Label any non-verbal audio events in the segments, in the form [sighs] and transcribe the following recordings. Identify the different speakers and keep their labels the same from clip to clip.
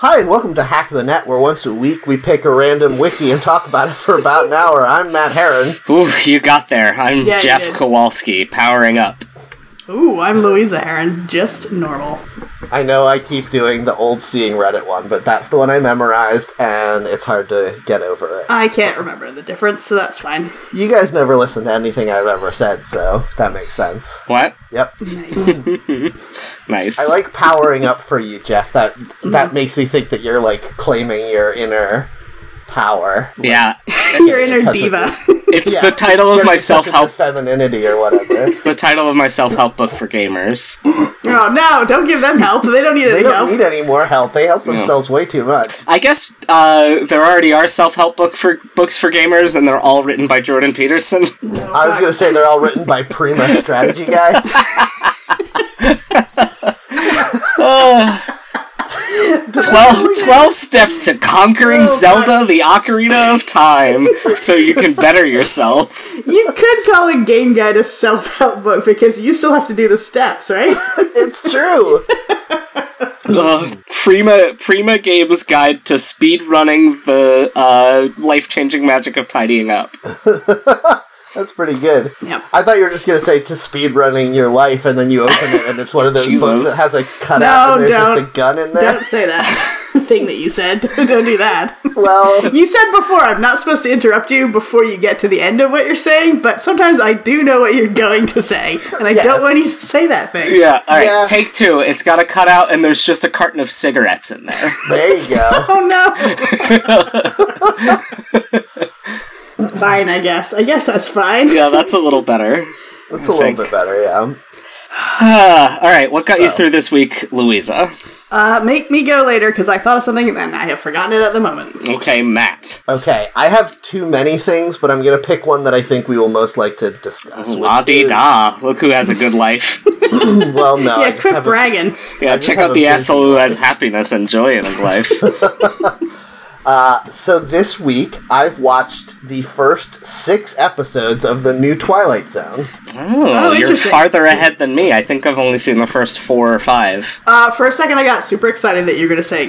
Speaker 1: Hi, and welcome to Hack the Net, where once a week we pick a random wiki and talk about it for about an hour. I'm Matt Heron.
Speaker 2: Ooh, you got there. I'm
Speaker 3: Yeah, you
Speaker 2: Jeff
Speaker 3: did.
Speaker 2: Kowalski, powering up.
Speaker 3: Ooh, I'm Louisa Heron, just normal.
Speaker 1: I know I keep doing the old seeing Reddit one, but that's the one I memorized, and it's hard to get over it.
Speaker 3: I can't remember the difference, so that's fine.
Speaker 1: You guys never listen to anything I've ever said, so that makes sense.
Speaker 2: What?
Speaker 1: Yep.
Speaker 3: [laughs]
Speaker 2: Nice.
Speaker 3: Nice.
Speaker 1: I like powering up for you, Jeff. That that makes me think that you're like claiming your inner power.
Speaker 2: Yeah,
Speaker 3: Your inner diva.
Speaker 2: [laughs] it's
Speaker 1: Yeah.
Speaker 2: the title of my self help.
Speaker 1: femininity or whatever.
Speaker 2: The title of my self help book for gamers.
Speaker 3: [laughs] oh no, don't give them help. They don't need
Speaker 1: they
Speaker 3: any
Speaker 1: don't
Speaker 3: help.
Speaker 1: need any more help. They help themselves way too much.
Speaker 2: I guess uh, there already are self help book for books for gamers, and they're all written by Jordan Peterson.
Speaker 3: [laughs]
Speaker 1: I was gonna say they're all written by Prima strategy
Speaker 3: [laughs]
Speaker 1: guys.
Speaker 2: Twelve, 12 steps to conquering
Speaker 3: Oh,
Speaker 2: Zelda: The Ocarina of Time, so you can better
Speaker 3: [laughs]
Speaker 2: yourself.
Speaker 3: You could call a game guide a self help book because you still have to do the
Speaker 1: [laughs]
Speaker 3: steps, right?
Speaker 1: it's true.
Speaker 2: Ugh. Prima Prima Games Guide to Speedrunning the uh, Life Changing Magic of Tidying Up.
Speaker 1: That's pretty good.
Speaker 3: Yep.
Speaker 1: I thought you were just gonna say to speed running your life, and then you open it, and it's one of those books
Speaker 2: Jesus.
Speaker 1: that has a cutout,
Speaker 3: No,
Speaker 1: and there's just
Speaker 3: don't.
Speaker 1: a gun in there.
Speaker 3: don't say that [laughs] thing that you said. [laughs] don't do that. [laughs]
Speaker 1: Well,
Speaker 3: You said before I'm not supposed to interrupt you before you get to the end of what you're saying, but sometimes I do know what you're going to say, and I
Speaker 1: Yes.
Speaker 3: don't want you to say that thing.
Speaker 2: Yeah, alright,
Speaker 1: Yeah.
Speaker 2: take two. It's got a cutout and there's just a carton of cigarettes in there.
Speaker 1: there you go.
Speaker 3: Oh no! [laughs] fine, I guess. I guess that's
Speaker 2: [laughs]
Speaker 3: fine.
Speaker 2: yeah, that's a little better.
Speaker 1: That's a little
Speaker 2: think.
Speaker 1: bit better, yeah.
Speaker 2: Uh, alright, what got you
Speaker 1: So.
Speaker 2: through this week, Louisa?
Speaker 3: Uh, make me go later because I thought of something and then I have forgotten it at the moment.
Speaker 2: Okay, Matt.
Speaker 1: Okay, I have too many things, but I'm gonna pick one that I think we will most like to discuss. which
Speaker 2: La di
Speaker 1: is-
Speaker 2: da. Look who has a good life.
Speaker 1: Well,
Speaker 2: Oh,
Speaker 1: no, I
Speaker 3: yeah,
Speaker 1: just have
Speaker 3: quit
Speaker 1: a-
Speaker 3: bragging.
Speaker 2: [laughs] Yeah,
Speaker 1: just
Speaker 2: check
Speaker 1: have a
Speaker 2: out the
Speaker 1: busy
Speaker 2: asshole who has happiness and joy in his [laughs] life.
Speaker 1: So this week, I've watched the first six episodes of the new Twilight Zone.
Speaker 2: Oh, you're
Speaker 3: interesting.
Speaker 2: farther ahead than me. I think I've only seen the first four or five.
Speaker 3: Uh, for a second, I got super excited that you're going to say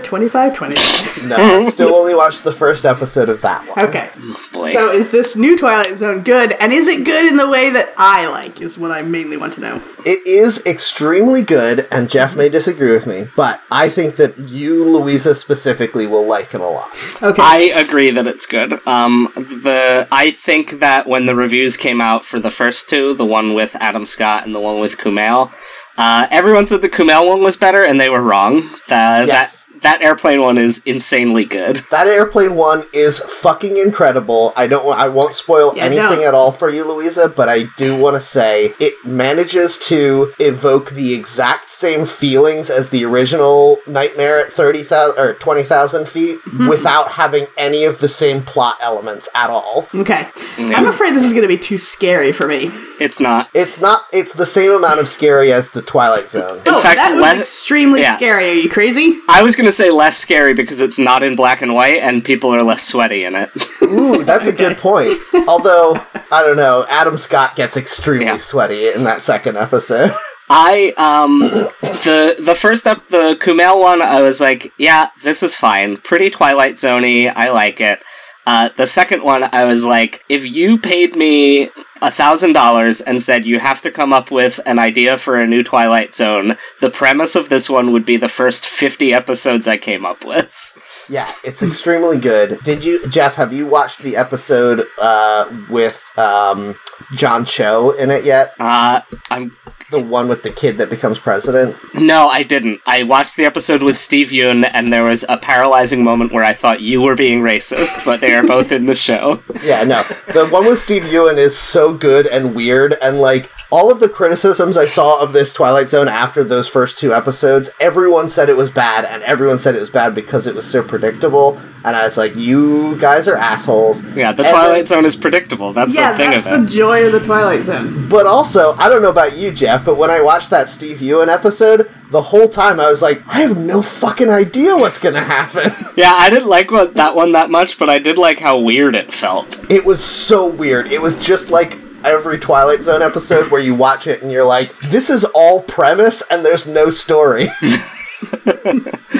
Speaker 2: [laughs]
Speaker 3: 2520.
Speaker 1: No,
Speaker 3: [laughs]
Speaker 1: I've still only watched the first episode of that one.
Speaker 3: okay.
Speaker 2: Boy.
Speaker 3: So is this new Twilight Zone good? And is it good in the way that I like, is what I mainly want to know.
Speaker 1: It is extremely good, and Jeff may disagree with me, but I think that you, Louisa, specifically, will like it a lot.
Speaker 3: Okay.
Speaker 2: I agree that it's good. Um, the I think that when the reviews came out for the first two, the one with Adam Scott and the one with Kumail, uh, everyone said the Kumail one was better, and they were wrong. Tha-
Speaker 1: Yes.
Speaker 2: That that airplane one is insanely good.
Speaker 1: That airplane one is fucking incredible. I don't. wa- I won't spoil
Speaker 3: Yeah,
Speaker 1: anything
Speaker 3: don't.
Speaker 1: at all for you, Louisa, but I do want to say it manages to evoke the exact same feelings as the original Nightmare at thirty thousand or twenty thousand feet,
Speaker 3: Mm-hmm.
Speaker 1: without having any of the same plot elements at all.
Speaker 3: okay.
Speaker 2: Mm.
Speaker 3: I'm afraid this is going to be too scary for me.
Speaker 2: It's not.
Speaker 1: It's not. It's the same amount of scary as the Twilight Zone.
Speaker 2: In
Speaker 3: oh,
Speaker 2: fact,
Speaker 3: that was
Speaker 2: let-
Speaker 3: extremely
Speaker 2: yeah.
Speaker 3: scary. Are you crazy?
Speaker 2: I was gonna say less scary because it's not in black and white, and people are less sweaty in it. [laughs]
Speaker 1: Ooh, that's a good point. Although I don't know, Adam Scott gets extremely
Speaker 2: Yeah.
Speaker 1: sweaty in that second episode. [laughs]
Speaker 2: I um the the first up the Kumail one I was like yeah this is fine pretty Twilight Zoney I like it. Uh, the second one I was like if you paid me a thousand dollars and said you have to come up with an idea for a new Twilight Zone the premise of this one would be the first fifty episodes I came up with.
Speaker 1: Yeah, it's extremely good. Did you, Jeff? Have you watched the episode uh, with um, John Cho in it yet?
Speaker 2: Uh, I'm
Speaker 1: The one with the kid that becomes president.
Speaker 2: no I didn't I watched the episode with Steve Yoon and there was a paralyzing moment where I thought you were being racist but they are both in the show.
Speaker 1: Yeah, no, the one with Steve Ewan is so good and weird, and like all of the criticisms I saw of this Twilight Zone after those first two episodes, everyone said it was bad, and everyone said it was bad because it was so predictable. And I was like, you guys are assholes.
Speaker 2: Yeah, the
Speaker 1: And
Speaker 2: Twilight
Speaker 1: then-
Speaker 2: Zone is predictable. That's
Speaker 3: yeah,
Speaker 2: the thing
Speaker 3: that's
Speaker 2: of
Speaker 3: the
Speaker 2: it.
Speaker 3: joy of the Twilight Zone.
Speaker 1: But also, I don't know about you, Jeff, but when I watched that Steve Ewan episode, the whole time I was like, I have no fucking idea what's gonna happen.
Speaker 2: yeah, I didn't like what, that one that much, but I did like how weird it felt.
Speaker 1: It was so weird. It was just like every Twilight Zone episode where you watch it and you're like, this is all premise and there's no story. [laughs]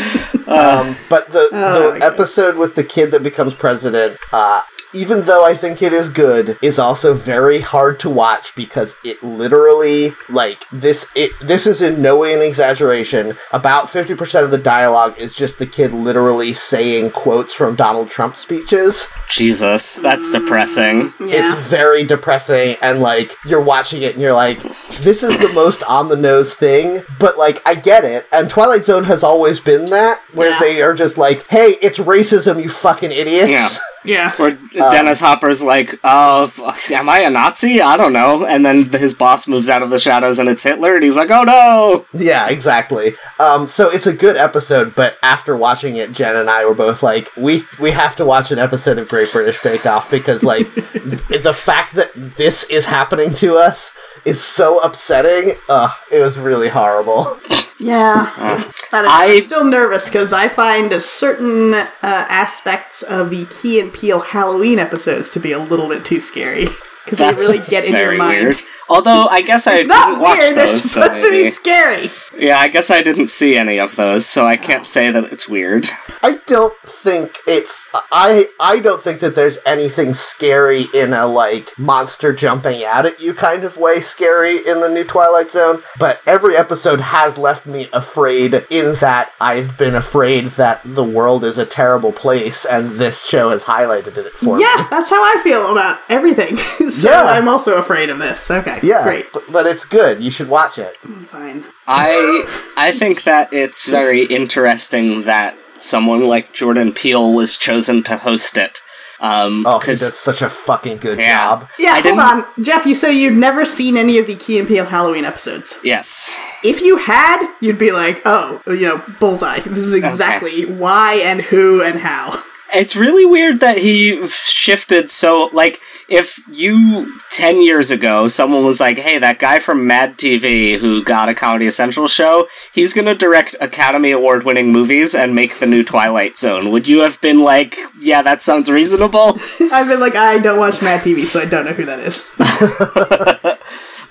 Speaker 1: Um, but the,
Speaker 3: Oh,
Speaker 1: the
Speaker 3: my God.
Speaker 1: episode with the kid that becomes president, uh, even though I think it is good, is also very hard to watch because it literally like this. It this is in no way an exaggeration. About fifty percent of the dialogue is just the kid literally saying quotes from Donald Trump speeches.
Speaker 2: Jesus, that's depressing.
Speaker 3: Mm, Yeah.
Speaker 1: It's very depressing, and like you're watching it and you're like, this is the most on the nose thing, but like I get it. And Twilight Zone has always been that, where
Speaker 3: Yeah.
Speaker 1: they are just like, hey, it's racism, you fucking idiots.
Speaker 2: Yeah.
Speaker 3: yeah.
Speaker 2: Where
Speaker 3: Uh,
Speaker 2: Dennis Hopper's like, "Oh, f- am I a Nazi? I don't know." And then his boss moves out of the shadows, and it's Hitler, and he's like, "Oh no!"
Speaker 1: [laughs] Yeah, exactly. Um, so it's a good episode, but after watching it, Jen and I were both like, we we have to watch an episode of Great British Bake Off because
Speaker 3: [laughs]
Speaker 1: like th- the fact that this is happening to us is so upsetting. Ugh, it was really
Speaker 3: [laughs]
Speaker 1: horrible.
Speaker 3: Yeah. I don't know.
Speaker 2: I-
Speaker 3: I'm still nervous because I find certain uh, aspects of the Key and Peele Halloween episodes to be a little bit too scary [laughs] because they really get in your
Speaker 2: very
Speaker 3: mind.
Speaker 2: weird. Although I guess I
Speaker 3: It's not
Speaker 2: didn't watch
Speaker 3: weird. They're
Speaker 2: those. so
Speaker 3: supposed to be
Speaker 2: maybe-
Speaker 3: scary.
Speaker 2: yeah, I guess I didn't see any of those, so I can't say that it's weird.
Speaker 1: I don't think it's I I don't think that there's anything scary in a like monster jumping out at you kind of way scary in the new Twilight Zone, but every episode has left me afraid in that I've been afraid that the world is a terrible place and this show has highlighted it for me.
Speaker 3: Yeah, that's how I feel about everything. [laughs] so
Speaker 1: Yeah.
Speaker 3: I'm also afraid of this. Okay.
Speaker 1: Yeah,
Speaker 3: Great.
Speaker 1: But, but it's good. You should watch it.
Speaker 3: Fine.
Speaker 2: I I think that it's very interesting that someone like Jordan Peele was chosen to host it. Um,
Speaker 1: Oh, he
Speaker 2: 'cause-
Speaker 1: does such a fucking good
Speaker 2: Yeah.
Speaker 1: job.
Speaker 3: Yeah,
Speaker 2: I
Speaker 3: hold
Speaker 2: didn't-
Speaker 3: on. Jeff, you say you've never seen any of the Key and Peele Halloween episodes.
Speaker 2: yes,
Speaker 3: If you had, you'd be like, oh, you know, bullseye. This is exactly why and who and [laughs] how.
Speaker 2: It's really weird that he shifted so like if you 10 years ago someone was like, "Hey, that guy from Mad TV who got a Comedy Central show, he's going to direct Academy Award-winning movies and make the new Twilight Zone." Would you have been like, "Yeah, that sounds reasonable?"
Speaker 3: I've been like, I don't watch Mad TV, so I don't know who that is.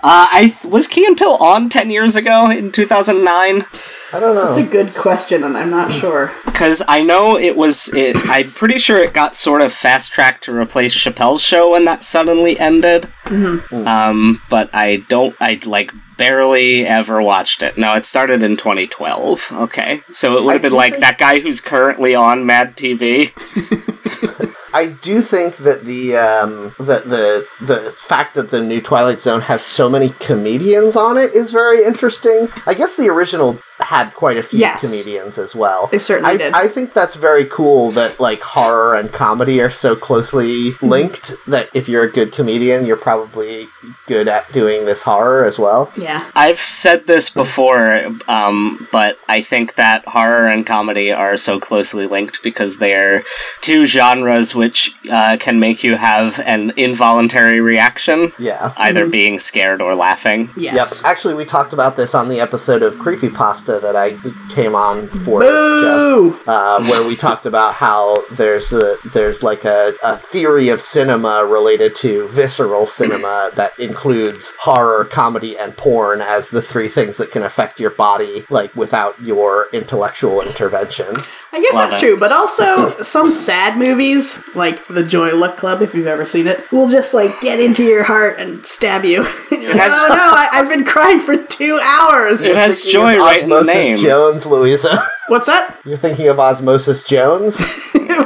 Speaker 2: Uh, I was Key and Pill on 10 years ago in 2009
Speaker 1: I don't know.
Speaker 3: That's a good question, and I'm not sure.
Speaker 2: cuz I know it was it I'm pretty sure it got sort of fast-tracked to replace Chappelle's show when that suddenly ended.
Speaker 1: Mm-hmm.
Speaker 2: Um, but I don't I like barely ever watched it. No, it started in 2012. Okay. So it would
Speaker 1: I
Speaker 2: have been
Speaker 1: do
Speaker 2: like
Speaker 1: think-
Speaker 2: that guy who's currently on Mad TV.
Speaker 1: I do think that the um, that the the fact that the new Twilight Zone has so many comedians on it is very interesting. I guess the original had quite a few
Speaker 3: Yes.
Speaker 1: comedians as well.
Speaker 3: It certainly
Speaker 1: I,
Speaker 3: did.
Speaker 1: I think that's very cool that like horror and comedy are so closely
Speaker 3: Mm-hmm.
Speaker 1: linked that if you're a good comedian, you're probably good at doing this horror as well.
Speaker 3: Yeah.
Speaker 2: I've said this before, um, but I think that horror and comedy are so closely linked because they're two genres which uh, can make you have an involuntary reaction,
Speaker 1: Yeah.
Speaker 2: either being scared or laughing.
Speaker 3: Yes.
Speaker 1: Yep. Actually, we talked about this on the episode of Creepypasta that I came on for. Jeff.
Speaker 3: Boo!
Speaker 1: uh, where we talked about how there's a there's like a, a theory of cinema related to visceral cinema that includes horror, comedy, and porn as the three things that can affect your body like without your intellectual intervention.
Speaker 3: I guess
Speaker 2: Love
Speaker 3: that's
Speaker 2: it.
Speaker 3: true, but also [clears throat] some sad movies, like The Joy Luck Club, if you've ever seen it, will just like get into your heart and stab you. [laughs] And you're like,
Speaker 2: has-
Speaker 3: oh no, I, I've been crying for two hours.
Speaker 2: It has
Speaker 1: Thinking of
Speaker 2: joy right in the
Speaker 1: Osmosis
Speaker 2: name.
Speaker 1: Jones, Louisa. [laughs]
Speaker 3: What's that? [laughs]
Speaker 1: You're thinking of Osmosis
Speaker 2: [laughs]
Speaker 1: Jones?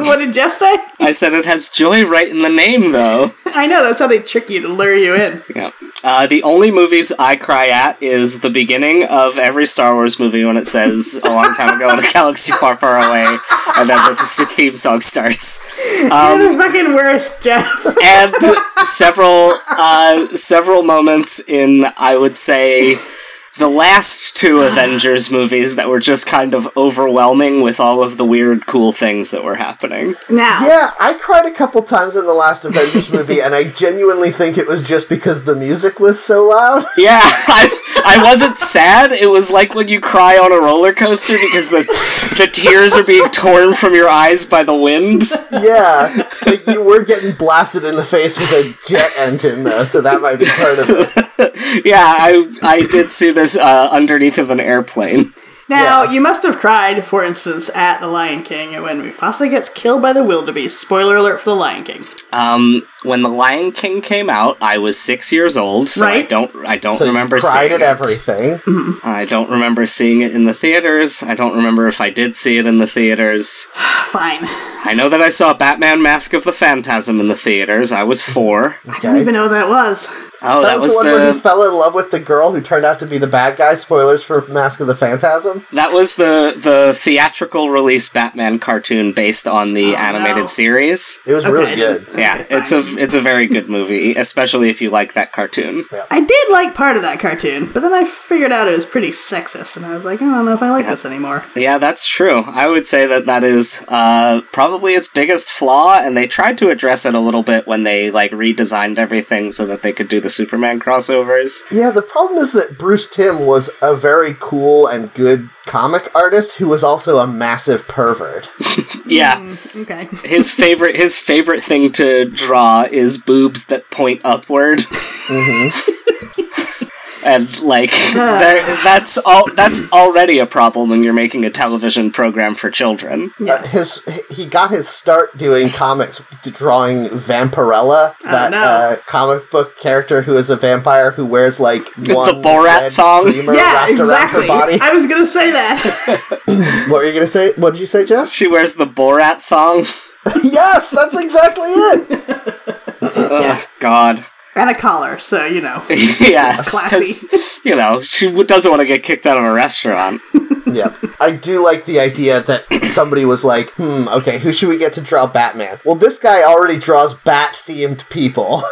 Speaker 3: what did Jeff say? [laughs]
Speaker 2: I said it has joy right in the name, though.
Speaker 3: I know that's how they trick you to lure you in. [laughs]
Speaker 2: yeah. Uh, the only movies I cry at is the beginning of every Star Wars movie when it says "A long time ago in a galaxy far, far away," and then the theme song starts. Um,
Speaker 3: You're the fucking worst, Jeff.
Speaker 2: and several uh, several moments in I would say the last two Avengers movies that were just kind of overwhelming with all of the weird cool things that were happening.
Speaker 3: now,
Speaker 1: yeah, I cried a couple times in the last Avengers movie, and I genuinely think it was just because the music was so loud.
Speaker 2: Yeah, [laughs] I, I wasn't sad. It was like when you cry on a roller coaster because the the tears are being torn from your eyes by the wind. [laughs]
Speaker 1: yeah, like you were getting blasted in the face with a jet engine, though, so that might be part of it.
Speaker 2: Yeah, I I did see this uh, underneath of an airplane.
Speaker 3: Now,
Speaker 1: Yeah.
Speaker 3: you must have cried, for instance, at The Lion King when Mufasa gets killed by the wildebeest. Spoiler alert for The Lion King.
Speaker 2: Um, when The Lion King came out, I was six years old, so I
Speaker 3: Right.
Speaker 2: don't I don't
Speaker 1: so you
Speaker 2: remember
Speaker 1: cried at
Speaker 2: seeing it.
Speaker 1: everything.
Speaker 2: I don't remember seeing it in the theaters. I don't remember if I did see it in the theaters.
Speaker 3: Fine.
Speaker 2: I know that I saw Batman Mask of the Phantasm in the theaters. I was four.
Speaker 3: I don't even know who that was.
Speaker 2: Oh,
Speaker 1: that, was, the one where he fell in love with the girl who turned out to be the bad guy. Spoilers for Mask of the Phantasm.
Speaker 2: That was the the theatrical release Batman cartoon based on the
Speaker 3: Oh,
Speaker 2: animated
Speaker 3: no.
Speaker 2: series.
Speaker 1: It was
Speaker 3: Okay,
Speaker 1: really
Speaker 3: I
Speaker 1: good.
Speaker 3: didn't-
Speaker 2: Yeah,
Speaker 3: Okay, fine.
Speaker 2: it's a it's a very good movie, especially if you like that cartoon.
Speaker 3: I did like part of that cartoon, but then I figured out it was pretty sexist, and I was like, I don't know if I like this anymore.
Speaker 2: Yeah, that's true. I would say that that is uh, probably its biggest flaw, and they tried to address it a little bit when they like redesigned everything so that they could do the Superman crossovers.
Speaker 1: Yeah, the problem is that Bruce Tim was a very cool and good comic artist who was also a massive pervert.
Speaker 2: Yeah,
Speaker 3: Mm, okay.
Speaker 2: [laughs] his favorite his favorite thing to draw is boobs that point upward. [laughs] And like that- that's all that's already a problem when you're making a television program for children.
Speaker 1: Uh,
Speaker 3: Yes.
Speaker 1: his he got his start doing comics, d- drawing Vampirella, that
Speaker 3: no.
Speaker 1: uh, comic book character who is a vampire who wears like
Speaker 2: the
Speaker 1: one
Speaker 2: Borat
Speaker 1: red
Speaker 2: thong.
Speaker 1: streamer
Speaker 3: Yeah,
Speaker 1: wrapped around
Speaker 3: exactly.
Speaker 1: her body.
Speaker 3: I was gonna
Speaker 1: [laughs]
Speaker 3: say that.
Speaker 1: What were you gonna say? What did you say, Josh?
Speaker 2: She wears the Borat thong.
Speaker 1: [laughs]
Speaker 2: [laughs]
Speaker 1: yes, that's exactly it.
Speaker 2: Ugh, God.
Speaker 3: and a collar, so you know.
Speaker 2: [laughs] yeah,
Speaker 3: classy.
Speaker 2: 'cause, You know, she w- doesn't want to get kicked out of a restaurant.
Speaker 1: [laughs] yeah, I do like the idea that somebody was like, "Hmm, okay, who should we get to draw Batman?" Well, this guy already draws bat-themed people.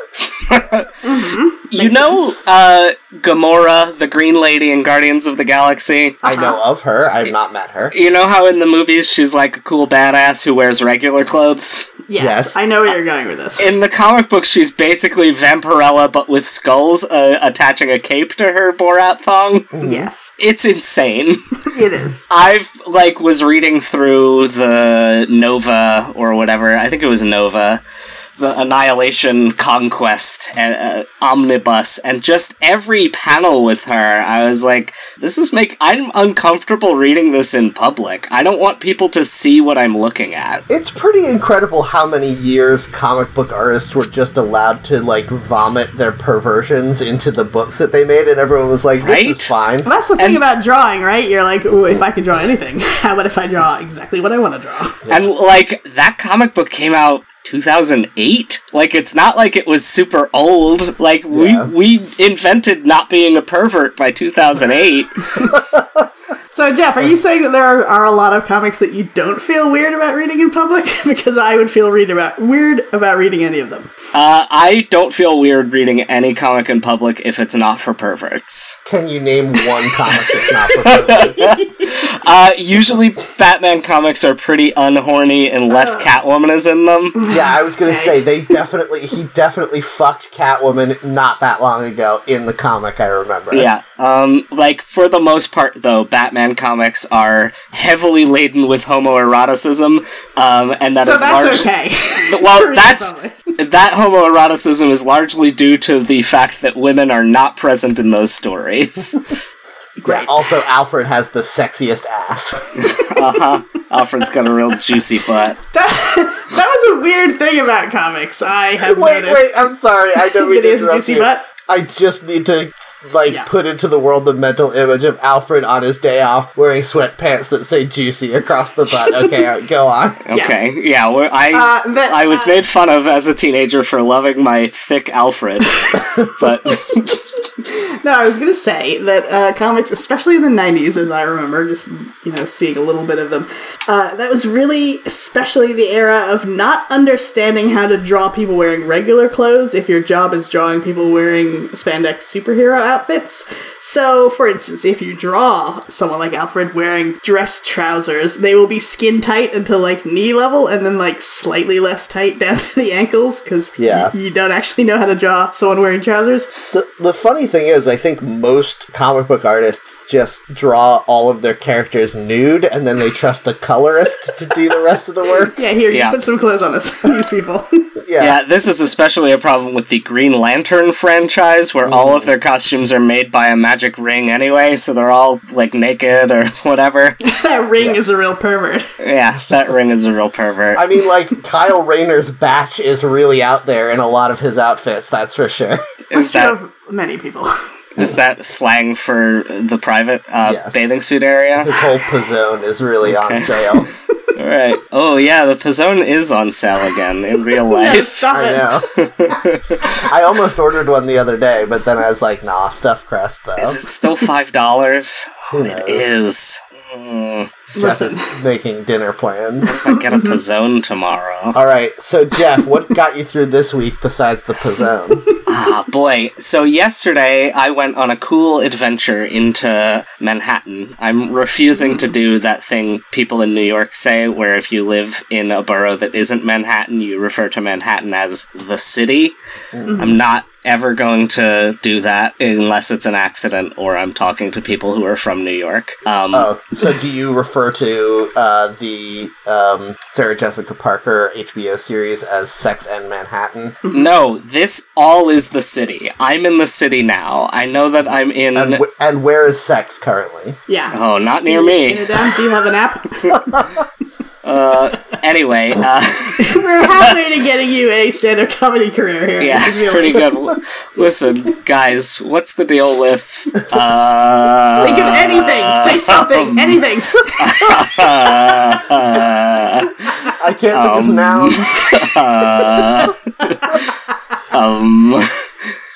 Speaker 1: [laughs]
Speaker 2: you know, uh, Gamora, the Green Lady, and Guardians of the Galaxy.
Speaker 1: I
Speaker 3: Uh-huh.
Speaker 1: know of her. I've not met her.
Speaker 2: You know how in the movies she's like a cool badass who wears regular clothes?
Speaker 3: Yes,
Speaker 1: Yes.
Speaker 3: I know where you're going with this.
Speaker 2: In the comic book, she's basically Vampirella but with skulls uh, attaching a cape to her Borat thong.
Speaker 3: yes,
Speaker 2: It's insane. [laughs]
Speaker 3: it is.
Speaker 2: I've like was reading through the Nova or whatever. I think it was Nova, the Annihilation Conquest and uh, Omnibus, and just every panel with her, I was like, "This is make I'm uncomfortable reading this in public. I don't want people to see what I'm looking at."
Speaker 1: It's pretty incredible how many years comic book artists were just allowed to like vomit their perversions into the books that they made, and everyone was like, "This
Speaker 2: Right?
Speaker 1: is fine."
Speaker 3: Well, that's the thing about drawing, right? You're like, ooh, if I can draw anything, [laughs] how about if I draw exactly what I want to draw?
Speaker 2: And like that comic book came out 2008. Like it's not like it was super old. Like
Speaker 1: Yeah.
Speaker 2: we we invented not being a pervert by 2008.
Speaker 3: So, Jeff, are you saying that there are, are a lot of comics that you don't feel weird about reading in public? [laughs] because I would feel read about weird about reading any of them.
Speaker 2: Uh, I don't feel weird reading any comic in public if it's not for
Speaker 3: [laughs]
Speaker 2: perverts.
Speaker 1: Can you name one comic that's not
Speaker 2: [laughs]
Speaker 1: for perverts?
Speaker 2: Uh, usually, Batman comics are pretty unhorny unless
Speaker 3: Uh.
Speaker 2: Catwoman is in
Speaker 3: [laughs]
Speaker 2: them.
Speaker 1: Yeah, I was gonna
Speaker 3: Okay.
Speaker 1: say they definitely he definitely fucked Catwoman not that long ago in the comic I remember.
Speaker 2: Yeah. Um, like, for the most part, though, Batman comics are heavily laden with homoeroticism, um, and that
Speaker 3: So
Speaker 2: is
Speaker 3: that's
Speaker 2: large-
Speaker 3: okay. [laughs]
Speaker 2: Well,
Speaker 3: Read
Speaker 2: that's
Speaker 3: in
Speaker 2: that homoeroticism is largely due to the fact that women are not present in those
Speaker 3: [laughs]
Speaker 2: stories.
Speaker 1: Yeah,
Speaker 3: Great.
Speaker 1: also, Alfred has the sexiest ass.
Speaker 2: Uh-huh. Alfred's got a real juicy butt.
Speaker 3: That, [laughs] that was a weird thing about comics. I have
Speaker 1: wait,
Speaker 3: noticed.
Speaker 1: wait, I'm sorry. I
Speaker 3: [laughs]
Speaker 1: know we
Speaker 3: That he has a
Speaker 1: interrupt
Speaker 3: juicy
Speaker 1: you.
Speaker 3: butt?
Speaker 1: I just need to like
Speaker 3: Yeah.
Speaker 1: put into the world the mental image of Alfred on his day off wearing sweatpants that say "juicy" across the
Speaker 3: [laughs]
Speaker 1: butt. Okay, all right, go on.
Speaker 2: Okay, yeah, well, I
Speaker 3: Uh, that-
Speaker 2: I was
Speaker 3: uh,
Speaker 2: made fun of as a teenager for loving my thick
Speaker 1: [laughs]
Speaker 2: Alfred, but
Speaker 3: No, I was gonna say that uh, comics, especially in the '90s, as I remember, just you know seeing a little bit of them, uh, that was really especially the era of not understanding how to draw people wearing regular clothes if your job is drawing people wearing spandex superhero outfits. So, for instance, if you draw someone like Alfred wearing dress trousers, they will be skin tight until like knee level, and then like slightly less tight [laughs] down to the ankles because
Speaker 1: Yeah.
Speaker 3: you don't actually know how to draw someone wearing trousers.
Speaker 1: The, the funny thing is, I think most comic book artists just draw all of their characters nude and then they trust the colorist to do the rest of the work.
Speaker 3: [laughs] Yeah, here,
Speaker 2: Yeah.
Speaker 3: you put some clothes on us, [laughs] these people.
Speaker 1: Yeah.
Speaker 2: Yeah, this is especially a problem with the Green Lantern franchise, where all
Speaker 1: Mm.
Speaker 2: of their costumes are made by a magic ring anyway, so they're all like naked or [laughs] whatever.
Speaker 3: that ring is a real pervert. [laughs]
Speaker 2: yeah, that ring is a real pervert.
Speaker 1: I mean, like, Kyle Rayner's batch is really out there in a lot of his outfits, that's for sure.
Speaker 2: is
Speaker 3: Sure
Speaker 2: that
Speaker 3: of many people. [laughs]
Speaker 2: is that slang for the private uh,
Speaker 1: Yes.
Speaker 2: bathing suit
Speaker 1: [laughs]
Speaker 2: area?
Speaker 1: His whole pizzone is really on [laughs] sale.
Speaker 2: all right. Oh yeah, the Pizzone is on sale again in real
Speaker 3: Yeah,
Speaker 2: life.
Speaker 3: Stop
Speaker 1: I
Speaker 3: it.
Speaker 1: know. I almost ordered one the other day, but then I was like, nah, stuff crust, though.
Speaker 2: is it still five dollars?
Speaker 1: Who
Speaker 2: It
Speaker 1: knows?
Speaker 2: is. Mm,
Speaker 1: Jeff is
Speaker 3: Listen.
Speaker 1: making dinner plans.
Speaker 2: I
Speaker 1: [laughs]
Speaker 2: get a Pizzone tomorrow.
Speaker 1: All right, so Jeff, what got you through this week besides the pizzone?
Speaker 2: Ah, boy. So yesterday I went on a cool adventure into Manhattan. I'm refusing to do that thing people in New York say where if you live in a borough that isn't Manhattan, you refer to Manhattan as the city.
Speaker 1: Mm-hmm.
Speaker 2: I'm not ever going to do that unless it's an accident or I'm talking to people who are from New York. Um,
Speaker 1: Oh, so do you refer to uh, the um, Sarah Jessica Parker HBO series as Sex and Manhattan?
Speaker 2: No, this all is the city. I'm in the city now. I know that I'm in.
Speaker 1: And, wh- and where is sex currently?
Speaker 3: Yeah.
Speaker 2: oh, not near
Speaker 3: You-
Speaker 2: me.
Speaker 3: you know, Dan, do you have an app? [laughs]
Speaker 2: Uh, anyway,
Speaker 3: [laughs]
Speaker 2: uh,
Speaker 3: We're halfway to getting you a stand-up comedy career here.
Speaker 2: yeah, pretty
Speaker 3: Really.
Speaker 2: good. Listen, guys, what's the deal with? Uh,
Speaker 3: Think of anything. Say something.
Speaker 2: [laughs] Um,
Speaker 3: anything. [laughs]
Speaker 1: I can't think of
Speaker 2: Um,
Speaker 1: nouns.
Speaker 2: um,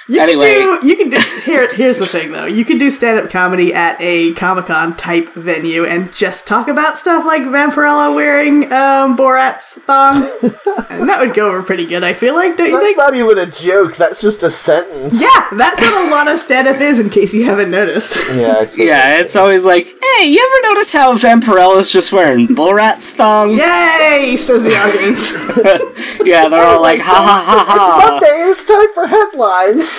Speaker 3: You
Speaker 2: Anyway.
Speaker 3: can do, you can do. Here, here's the thing, though. You can do stand-up comedy at a Comic Con type venue and just talk about stuff like Vampirella wearing um, Borat's thong,
Speaker 1: [laughs]
Speaker 3: and that would go over pretty good. I feel like, don't you
Speaker 1: That's
Speaker 3: think?
Speaker 1: not even a joke. That's just a sentence.
Speaker 3: yeah, that's what a lot of stand-up is. In case you haven't noticed,
Speaker 1: Yeah. I suppose.
Speaker 2: yeah, it's always like, hey, you ever notice how Vampirella's just wearing Borat's thong?
Speaker 3: yay! Says the audience.
Speaker 2: [laughs] yeah, they're all like, ha ha ha
Speaker 1: It's
Speaker 2: ha.
Speaker 1: Monday. It's time for headlines.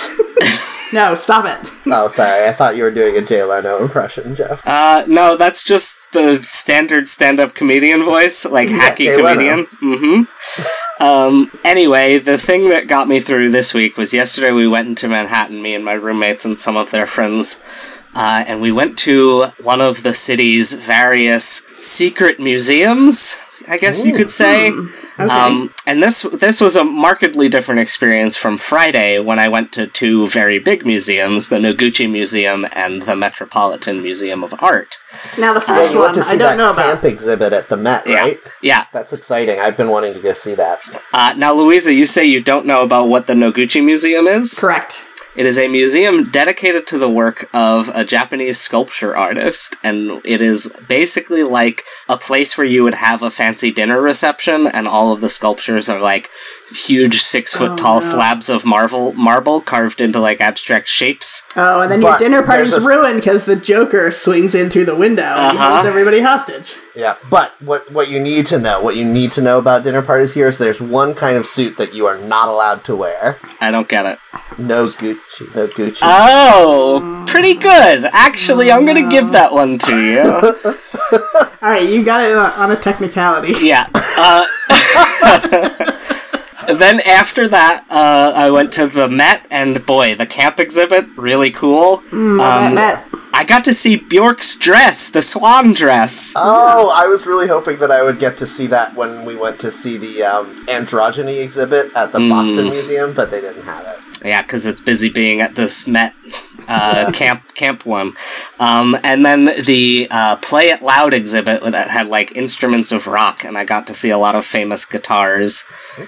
Speaker 3: no, stop it.
Speaker 1: oh, sorry. I thought you were doing a Jay Leno impression, Jeff.
Speaker 2: Uh, no, that's just the standard stand-up comedian voice, like hacky
Speaker 1: Jay
Speaker 2: comedian. Mm-hmm. um, anyway, the thing that got me through this week was yesterday we went into Manhattan, me and my roommates and some of their friends, uh, and we went to one of the city's various secret museums. I guess you could say.
Speaker 3: Okay.
Speaker 2: Um, and this this was a markedly different experience from Friday when I went to two very big museums, the Noguchi Museum and the Metropolitan Museum of Art.
Speaker 3: now the
Speaker 1: Yeah,
Speaker 3: first
Speaker 1: you
Speaker 3: one,
Speaker 1: went to
Speaker 3: I
Speaker 1: see that
Speaker 3: don't know
Speaker 1: camp
Speaker 3: about.
Speaker 1: exhibit at the Met,
Speaker 2: Yeah.
Speaker 1: right?
Speaker 2: Yeah.
Speaker 1: That's exciting. I've been wanting to go see that.
Speaker 2: Uh, now, Louisa, you say you don't know about what the Noguchi Museum is.
Speaker 3: Correct.
Speaker 2: It is a museum dedicated to the work of a Japanese sculpture artist, and it is basically like a place where you would have a fancy dinner reception, and all of the sculptures are like huge six foot tall
Speaker 3: no.
Speaker 2: slabs of marble, marble carved into like abstract shapes.
Speaker 3: Oh, and then
Speaker 1: But
Speaker 3: your dinner party's
Speaker 1: there's a-
Speaker 3: ruined because the Joker swings in through the window and
Speaker 2: Uh-huh.
Speaker 3: holds everybody hostage.
Speaker 1: Yeah, but what what you need to know, what you need to know about dinner parties here is there's one kind of suit that you are not allowed to wear.
Speaker 2: I don't get it.
Speaker 1: No Gucci, no Gucci.
Speaker 3: Uh,
Speaker 2: Oh, pretty good. Actually, I'm gonna give that one to you.
Speaker 3: All right, you got it on, on a technicality.
Speaker 2: yeah. Uh, [laughs] then after that, uh, I went to the Met, and boy, the camp exhibit really cool.
Speaker 3: Matt,
Speaker 2: Um,
Speaker 3: Matt,
Speaker 2: I got to see Bjork's dress, the swan dress.
Speaker 1: oh, I was really hoping that I would get to see that when we went to see the um, androgyny exhibit at
Speaker 3: Mm.
Speaker 1: the Boston Museum, but they didn't have it.
Speaker 2: Yeah, because it's busy being at this Met uh, camp camp one, um, and then the uh, Play It Loud exhibit that had like instruments of rock, and I got to see a lot of famous guitars,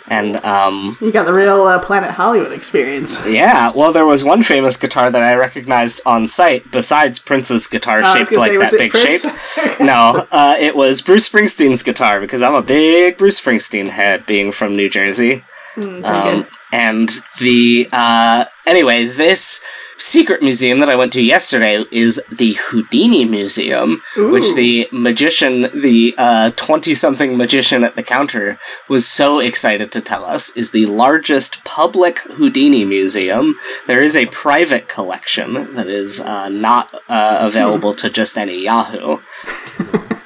Speaker 2: and um,
Speaker 3: you got the real uh, Planet Hollywood experience.
Speaker 2: yeah, well, there was one famous guitar that I recognized on site besides Prince's guitar
Speaker 3: Oh, I was
Speaker 2: shaped
Speaker 3: gonna
Speaker 2: like
Speaker 3: say, was
Speaker 2: that
Speaker 3: it
Speaker 2: big
Speaker 3: Prince? [laughs]
Speaker 2: shape. no, uh, it was Bruce Springsteen's guitar because I'm a big Bruce Springsteen head, being from New Jersey.
Speaker 3: Mm, pretty
Speaker 2: Um,
Speaker 3: good.
Speaker 2: and the uh, anyway, this secret museum that I went to yesterday is the Houdini Museum,
Speaker 3: Ooh.
Speaker 2: which the magician, the uh, 20 something magician at the counter, was so excited to tell us is the largest public Houdini museum. There is a private collection that is uh, not uh, available to just any Yahoo.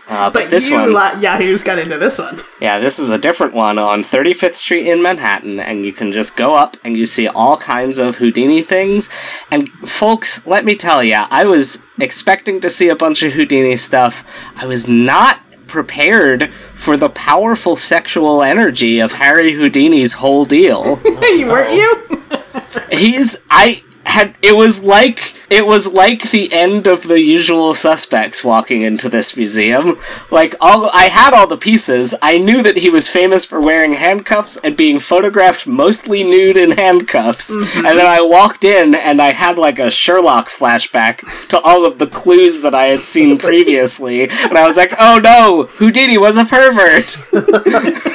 Speaker 2: Uh, but,
Speaker 3: But
Speaker 2: this
Speaker 3: you
Speaker 2: one,
Speaker 3: lot Yahoo's got into this one. [laughs]
Speaker 2: yeah, this is a different one on 35th Street in Manhattan, and you can just go up and you see all kinds of Houdini things. And folks, let me tell you, I was expecting to see a bunch of Houdini stuff. I was not prepared for the powerful sexual energy of Harry Houdini's whole deal. [laughs]
Speaker 3: Hey, weren't you?
Speaker 2: He's I had it was like it was like the end of the usual suspects walking into this museum. Like all I had all the pieces. I knew that he was famous for wearing handcuffs and being photographed mostly nude in handcuffs. And then I walked in and I had like a Sherlock flashback to all of the clues that I had seen previously. And I was like, "Oh no, Houdini was a pervert."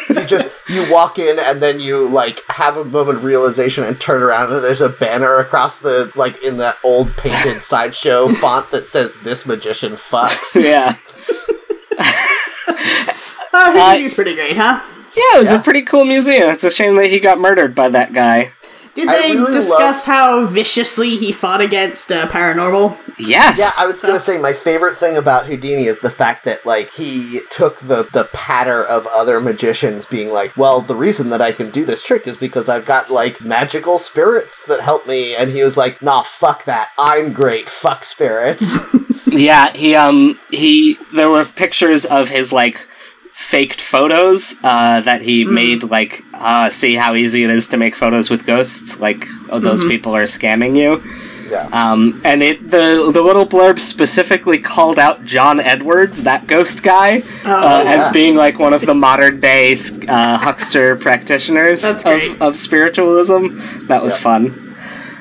Speaker 1: You just you walk in and then you like have a moment of realization and turn around and there's a banner across the like in that old painted sideshow font that says "This magician fucks."
Speaker 2: yeah.
Speaker 3: Oh, Houdini's pretty great, huh?
Speaker 2: Yeah, it was a pretty cool museum. It's a shame that he got murdered by that guy.
Speaker 3: Did
Speaker 1: I
Speaker 3: they
Speaker 1: really
Speaker 3: discuss how viciously he fought against uh, paranormal? [laughs]
Speaker 1: Yeah,
Speaker 2: Yes.
Speaker 1: I was gonna say my favorite thing about Houdini is the fact that like he took the the patter of other magicians being like, well, the reason that I can do this trick is because I've got like magical spirits that help me, and he was like, nah, fuck that, I'm great, fuck spirits. [laughs]
Speaker 2: yeah, he um he there were pictures of his like faked photos uh, that he made like uh, see how easy it is to make photos with ghosts like oh, those people are scamming you
Speaker 1: yeah,
Speaker 2: um, and it the the little blurb specifically called out John Edwards that ghost guy uh, as
Speaker 1: yeah.
Speaker 2: being like one of the modern day uh, huckster practitioners
Speaker 3: That's
Speaker 2: of,
Speaker 3: great.
Speaker 2: of spiritualism that was
Speaker 1: Yeah.
Speaker 2: fun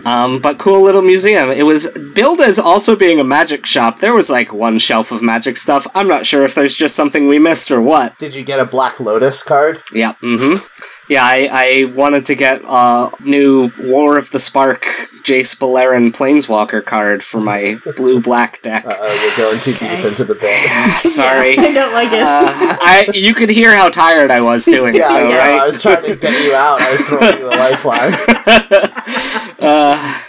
Speaker 2: Um, but cool little museum. It was billed as also being a magic shop. There was like one shelf of magic stuff. I'm not sure if there's just something we missed or what.
Speaker 1: did you get a Black Lotus card?
Speaker 2: Yeah. hmm Yeah, I, I wanted to get a new War of the Spark Jace Beleren Planeswalker card for my blue black deck.
Speaker 1: Uh, you're going too deep into the bit.
Speaker 2: [laughs] Sorry.
Speaker 3: I don't like it.
Speaker 2: Uh, I you could hear how tired I was doing
Speaker 1: Yeah,
Speaker 2: [laughs] it,
Speaker 1: I
Speaker 2: though,
Speaker 1: know,
Speaker 2: right?
Speaker 1: I was trying to get you out. I was throwing you a lifeline.
Speaker 2: uh,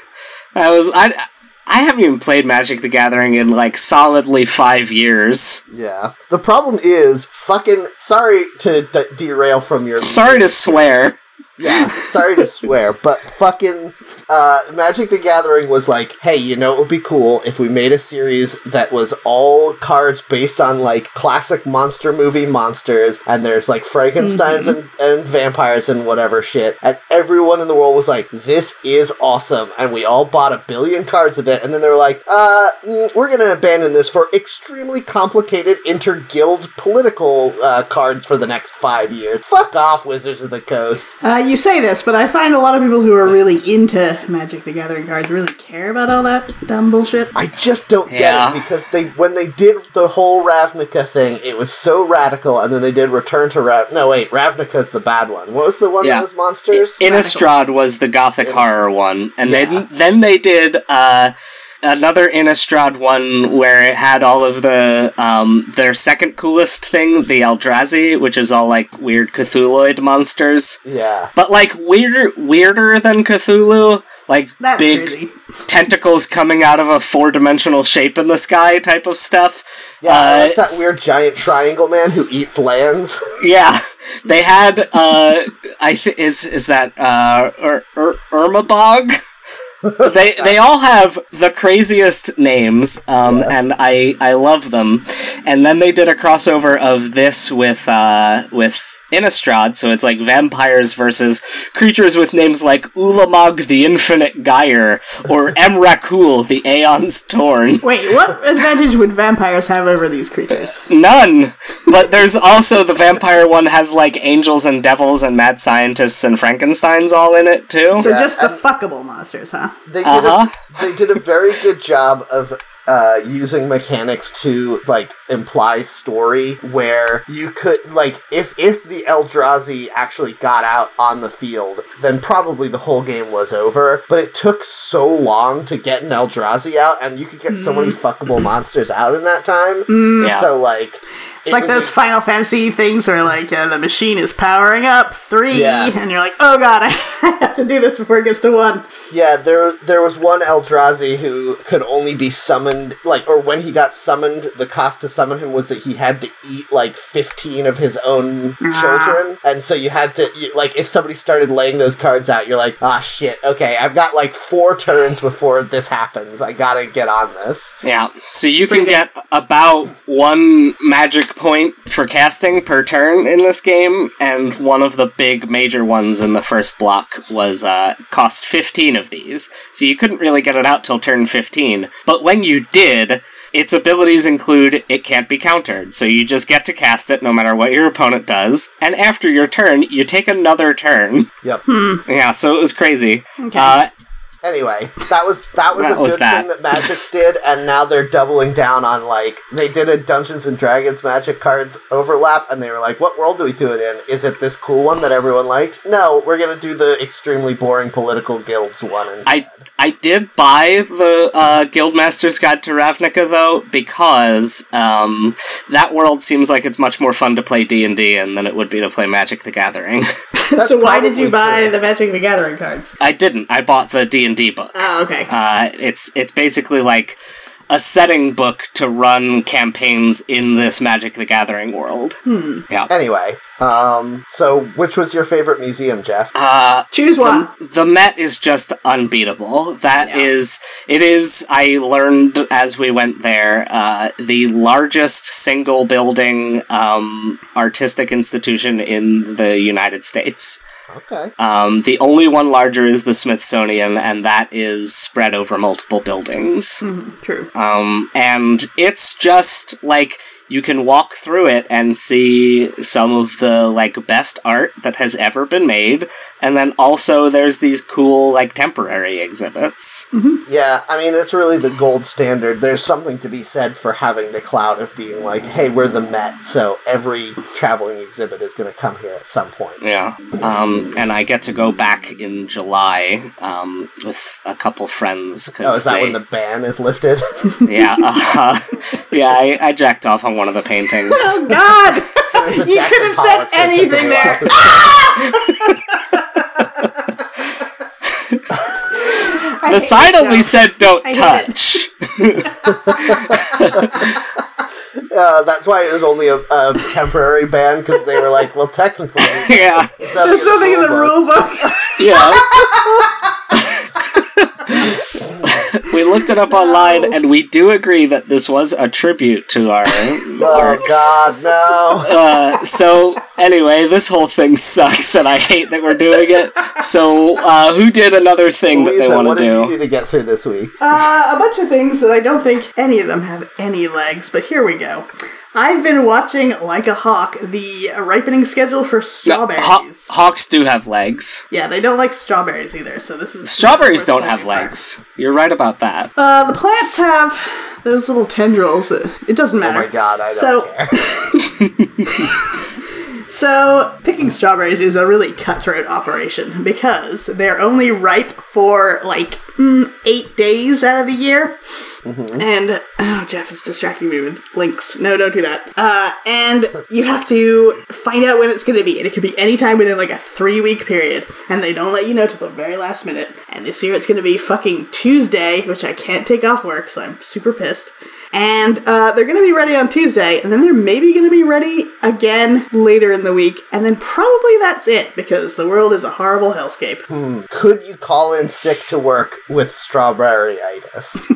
Speaker 2: I was I I haven't even played Magic the Gathering in like solidly five years.
Speaker 1: Yeah. The problem is, fucking. Sorry to d- derail from your.
Speaker 2: Sorry to swear.
Speaker 1: Yeah, sorry to swear, but fucking uh, Magic the Gathering was like, hey, you know it would be cool if we made a series that was all cards based on like classic monster movie monsters, and there's like Frankenstein's and, and vampires and whatever shit. And everyone in the world was like, this is awesome, and we all bought a billion cards of it, and then they were like, uh, mm, we're gonna abandon this for extremely complicated inter guild political uh, cards for the next five years. Fuck off, Wizards of the Coast.
Speaker 3: Uh, you say this, but I find a lot of people who are really into Magic the Gathering cards really care about all that dumb bullshit.
Speaker 1: I just don't get
Speaker 2: Yeah.
Speaker 1: it because they when they did the whole Ravnica thing, it was so radical, and then they did Return to Rav. No, wait, Ravnica's the bad one. What was the one
Speaker 2: Yeah.
Speaker 1: that was monsters?
Speaker 2: Innistrad was the gothic horror one, and then then they did uh, another Innistrad one where it had all of the um, their second coolest thing, the Eldrazi, which is all like weird Cthulhuid monsters,
Speaker 1: yeah,
Speaker 2: but like weirder weirder than Cthulhu, like
Speaker 3: That's
Speaker 2: big
Speaker 3: crazy.
Speaker 2: tentacles coming out of a four dimensional shape in the sky type of stuff.
Speaker 1: yeah, I
Speaker 2: Uh,
Speaker 1: like that weird giant triangle man who eats lands. [laughs]
Speaker 2: Yeah, they had. Uh, I think is is that uh, Ur- Ur- Urmabog. they they all have the craziest names, um, and I I love them. And then they did a crossover of this with uh, with Innistrad, so it's like vampires versus creatures with names like Ulamog the Infinite Gyre or Emrakul the Aeon's Torn.
Speaker 3: Wait, what
Speaker 1: [laughs]
Speaker 3: advantage would vampires have over these creatures?
Speaker 2: None. But there's also the vampire one has like angels and devils and mad scientists and Frankenstein's all in it too.
Speaker 3: So just the fuckable monsters, huh?
Speaker 1: They did
Speaker 2: Uh-huh.
Speaker 1: a, they did a very good job of uh, using mechanics to like imply story where you could like if if the Eldrazi actually got out on the field, then probably the whole game was over. But it took so long to get an Eldrazi out, and you could get so many fuckable monsters out in that time.
Speaker 3: Mm,
Speaker 2: Yeah.
Speaker 1: So like
Speaker 3: It's like those Final Fantasy things where like uh, the machine is powering up three,
Speaker 1: Yeah.
Speaker 3: and you're like, oh god, [laughs] I have to do this before it gets to one. [laughs]
Speaker 1: Yeah, there there was one Eldrazi who could only be summoned, like, or when he got summoned, the cost to summon him was that he had to eat like fifteen of his own
Speaker 3: Ah.
Speaker 1: children, and so you had to, you, like, if somebody started laying those cards out, you're like, ah, shit, okay, I've got like four turns before this happens. I gotta get on this.
Speaker 2: Yeah, so you can get about one magic point for casting per turn in this game, and one of the big major ones in the first block was uh, cost 15 of these, so you couldn't really get it out till turn 15. But when you did, its abilities include it can't be countered, so you just get to cast it no matter what your opponent does, and after your turn, you take another turn. [laughs]
Speaker 1: Yep.
Speaker 2: Yeah, so it was crazy.
Speaker 3: Okay.
Speaker 2: Uh,
Speaker 1: Anyway, that was that was
Speaker 2: That
Speaker 1: a
Speaker 2: was
Speaker 1: good
Speaker 2: that.
Speaker 1: thing that
Speaker 2: [laughs]
Speaker 1: Magic did, and now they're doubling down on like they did a Dungeons and Dragons Magic cards overlap, and they were like, "What world do we do it in? Is it this cool one that everyone liked? No, we're gonna do the extremely boring political guilds one." And
Speaker 2: I I did buy the uh, Guildmaster's Guide to Ravnica though because um, that world seems like it's much more fun to play D and D in than it would be to play Magic the Gathering. [laughs]
Speaker 1: That's
Speaker 3: so why did
Speaker 1: probably
Speaker 3: you buy
Speaker 1: true.
Speaker 3: the Magic the Gathering cards?
Speaker 2: I didn't. I bought the D and D book.
Speaker 3: Oh, okay.
Speaker 2: Uh, it's it's basically like a setting book to run campaigns in this Magic the Gathering world.
Speaker 3: Hmm.
Speaker 2: Yeah.
Speaker 1: anyway, um, so which was your favorite museum, Jeff?
Speaker 2: Uh,
Speaker 3: Choose one.
Speaker 2: The, the Met is just unbeatable. That
Speaker 3: Yeah.
Speaker 2: is, it is. I learned as we went there, uh, the largest single building um, artistic institution in the United States.
Speaker 1: Okay,
Speaker 2: Um, the only one larger is the Smithsonian, and that is spread over multiple buildings.
Speaker 3: Mhm, True.
Speaker 2: Um, and it's just like you can walk through it and see some of the like best art that has ever been made, and then also there's these cool like temporary exhibits.
Speaker 1: yeah, I mean it's really the gold standard. There's something to be said for having the clout of being like, "Hey, we're the Met, so every traveling exhibit is gonna come here at some point."
Speaker 2: Yeah, um, and I get to go back in July um, with a couple friends. Cause
Speaker 1: Oh, is that
Speaker 2: they-
Speaker 1: when the ban is
Speaker 3: [laughs]
Speaker 1: lifted?
Speaker 2: [laughs] yeah, uh, yeah, I, I jacked off on one of the
Speaker 3: [laughs]
Speaker 2: paintings.
Speaker 3: Oh God!
Speaker 1: There's [laughs] a
Speaker 3: You
Speaker 1: Jackson
Speaker 3: could have said
Speaker 1: Pollock that took
Speaker 3: anything
Speaker 1: away lots [laughs]
Speaker 3: there.
Speaker 1: of-
Speaker 3: I
Speaker 2: the
Speaker 3: hate
Speaker 2: sign
Speaker 3: this
Speaker 2: only
Speaker 3: show.
Speaker 2: said "Don't
Speaker 3: I hate it.
Speaker 2: touch." [laughs]
Speaker 1: Uh, that's why it was only a, a temporary ban because they were like, well, technically,
Speaker 2: yeah,
Speaker 1: there's
Speaker 3: There's nothing in the
Speaker 1: rule book.
Speaker 3: rule book. [laughs]
Speaker 2: Yeah. [laughs] we looked it up online, and we do agree that this was a tribute to our.
Speaker 1: Oh God,
Speaker 2: [laughs]
Speaker 1: no!
Speaker 2: Uh, so anyway, this whole thing sucks, and I hate that we're doing it. So uh, who did another thing that they
Speaker 1: Lisa,
Speaker 2: want
Speaker 1: what
Speaker 2: to
Speaker 1: did
Speaker 2: do?
Speaker 1: you do to get through this week?
Speaker 3: Uh, a bunch of things that I don't think any of them have any legs, but here we go. I've been watching like a hawk the ripening schedule for
Speaker 2: No,
Speaker 3: strawberries.
Speaker 2: haw- hawks do have legs.
Speaker 3: yeah, they don't like strawberries either, so this is
Speaker 2: Strawberries
Speaker 3: first
Speaker 2: don't
Speaker 3: one
Speaker 2: have
Speaker 3: I find.
Speaker 2: legs. You're right about that.
Speaker 3: Uh, the plants have those little tendrils. That, it doesn't
Speaker 1: Oh
Speaker 3: matter.
Speaker 1: my God, I don't
Speaker 3: So-
Speaker 1: care.
Speaker 3: [laughs]
Speaker 1: [laughs]
Speaker 3: So, picking strawberries is a really cutthroat operation because they're only ripe for like mm, eight days out of the year. And, oh, Jeff is distracting me with links. No, don't do that. Uh, and you have to find out when it's going to be. And it could be any time within like a three week period. And they don't let you know till the very last minute. And this year it's going to be fucking Tuesday, which I can't take off work, so I'm super pissed. And uh, they're going to be ready on Tuesday, and then they're maybe going to be ready again later in the week, and then probably that's it because the world is a horrible hellscape.
Speaker 1: Could you call in sick to work with
Speaker 2: [laughs]
Speaker 1: strawberryitis?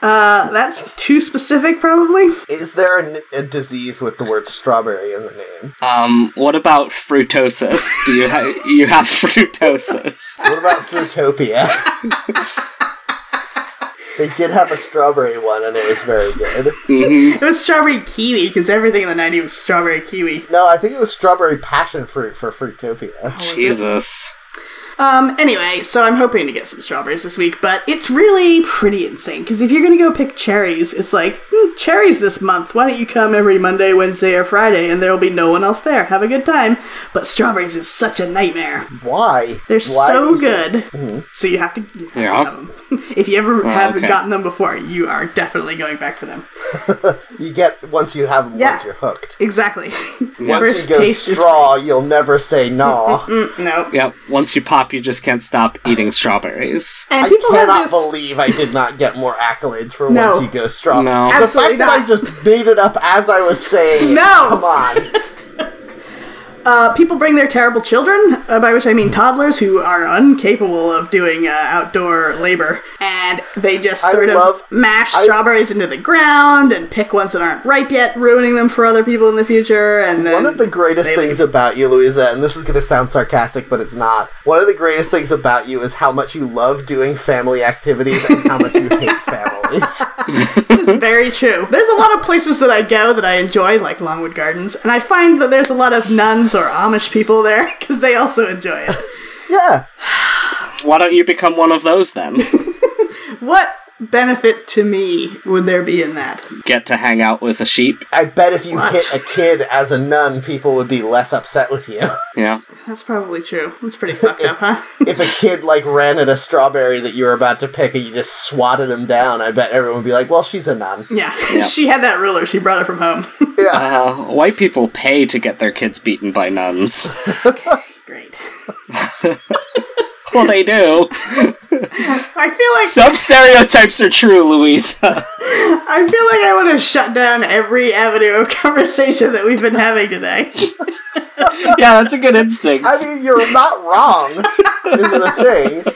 Speaker 3: Uh, that's too specific, probably.
Speaker 1: Is there a, n- a disease with the word strawberry in the name?
Speaker 2: Um, what about fruitosis? Do you ha- you have fruitosis?
Speaker 1: [laughs] What about
Speaker 2: [laughs]
Speaker 1: Fruitopia? they did have a strawberry one, and it was very good.
Speaker 3: It was strawberry kiwi because everything in the 90s was strawberry kiwi.
Speaker 1: No, I think it was strawberry passion fruit for Fruitopia.
Speaker 3: it?
Speaker 2: Jesus.
Speaker 3: Um, anyway, so I'm hoping to get some strawberries this week, but it's really pretty insane because if you're going to go pick cherries, it's like, hmm, cherries this month. Why don't you come every Monday, Wednesday, or Friday and there will be no one else there? Have a good time. But strawberries is such a nightmare.
Speaker 1: Why?
Speaker 3: They're
Speaker 1: Why
Speaker 3: so
Speaker 1: is it- Mm-hmm.
Speaker 3: good. So you have to, you have to
Speaker 2: Yeah. Oh,
Speaker 3: have 'em. [laughs] if you ever have
Speaker 2: okay.
Speaker 3: gotten them before, you are definitely going back for them.
Speaker 1: [laughs] You get once you have them,
Speaker 3: Yeah.
Speaker 1: once you're hooked.
Speaker 3: Exactly. [laughs]
Speaker 1: Once you go straw, you'll never say no.
Speaker 3: is Mm, no.
Speaker 2: Yep. Once you pop, you just can't stop eating strawberries.
Speaker 3: And
Speaker 1: I
Speaker 3: people have
Speaker 1: cannot
Speaker 3: this.
Speaker 1: believe I did not get more accolades for
Speaker 3: No.
Speaker 1: once you go straw.
Speaker 2: No.
Speaker 1: The fact
Speaker 3: Absolutely
Speaker 1: that I
Speaker 3: not.
Speaker 1: just made it up as I was saying. it,
Speaker 3: No.
Speaker 1: come
Speaker 3: [laughs]
Speaker 1: on.
Speaker 3: Uh, people bring their terrible children, uh, by which I mean toddlers who are incapable of doing uh, outdoor labor, and they just
Speaker 1: I
Speaker 3: sort of
Speaker 1: love-
Speaker 3: mash
Speaker 1: I-
Speaker 3: strawberries into the ground and pick ones that aren't ripe yet, ruining them for other people in the future. And then
Speaker 1: One of the greatest
Speaker 3: they
Speaker 1: things about you, Louisa, and this is going to sound sarcastic, but it's not. One of the greatest things about you is how much you love doing family activities and how much you hate
Speaker 3: [laughs]
Speaker 1: families.
Speaker 3: It's very true. There's a lot of places that I go that I enjoy, like Longwood Gardens, and I find that there's a lot of nuns or Amish people there [laughs] because they also enjoy it.
Speaker 1: Yeah.
Speaker 2: Why don't you become one of those then? [laughs]
Speaker 3: What benefit to me would there be in that?
Speaker 2: Get to hang out with a sheep.
Speaker 1: I bet if you
Speaker 3: What?
Speaker 1: hit a kid as a nun, people would be less upset with you. [laughs]
Speaker 2: Yeah.
Speaker 3: That's probably true. That's pretty fucked up, huh?
Speaker 1: if a kid like ran at a strawberry that you were about to pick and you just swatted him down, I bet everyone would be like, "Well, she's a nun."
Speaker 3: Yeah, [laughs]
Speaker 2: Yeah.
Speaker 3: she had that ruler. She brought it from home. [laughs]
Speaker 1: Yeah.
Speaker 2: Uh, white people pay to get their kids beaten by nuns. [laughs]
Speaker 3: Great.
Speaker 2: Well, they do.
Speaker 3: I feel like
Speaker 2: Some stereotypes are true, Louisa. [laughs]
Speaker 3: I feel like I want to shut down every avenue of [laughs] conversation that we've been having today.
Speaker 2: yeah, that's a good instinct.
Speaker 1: I mean, you're not wrong. is the thing.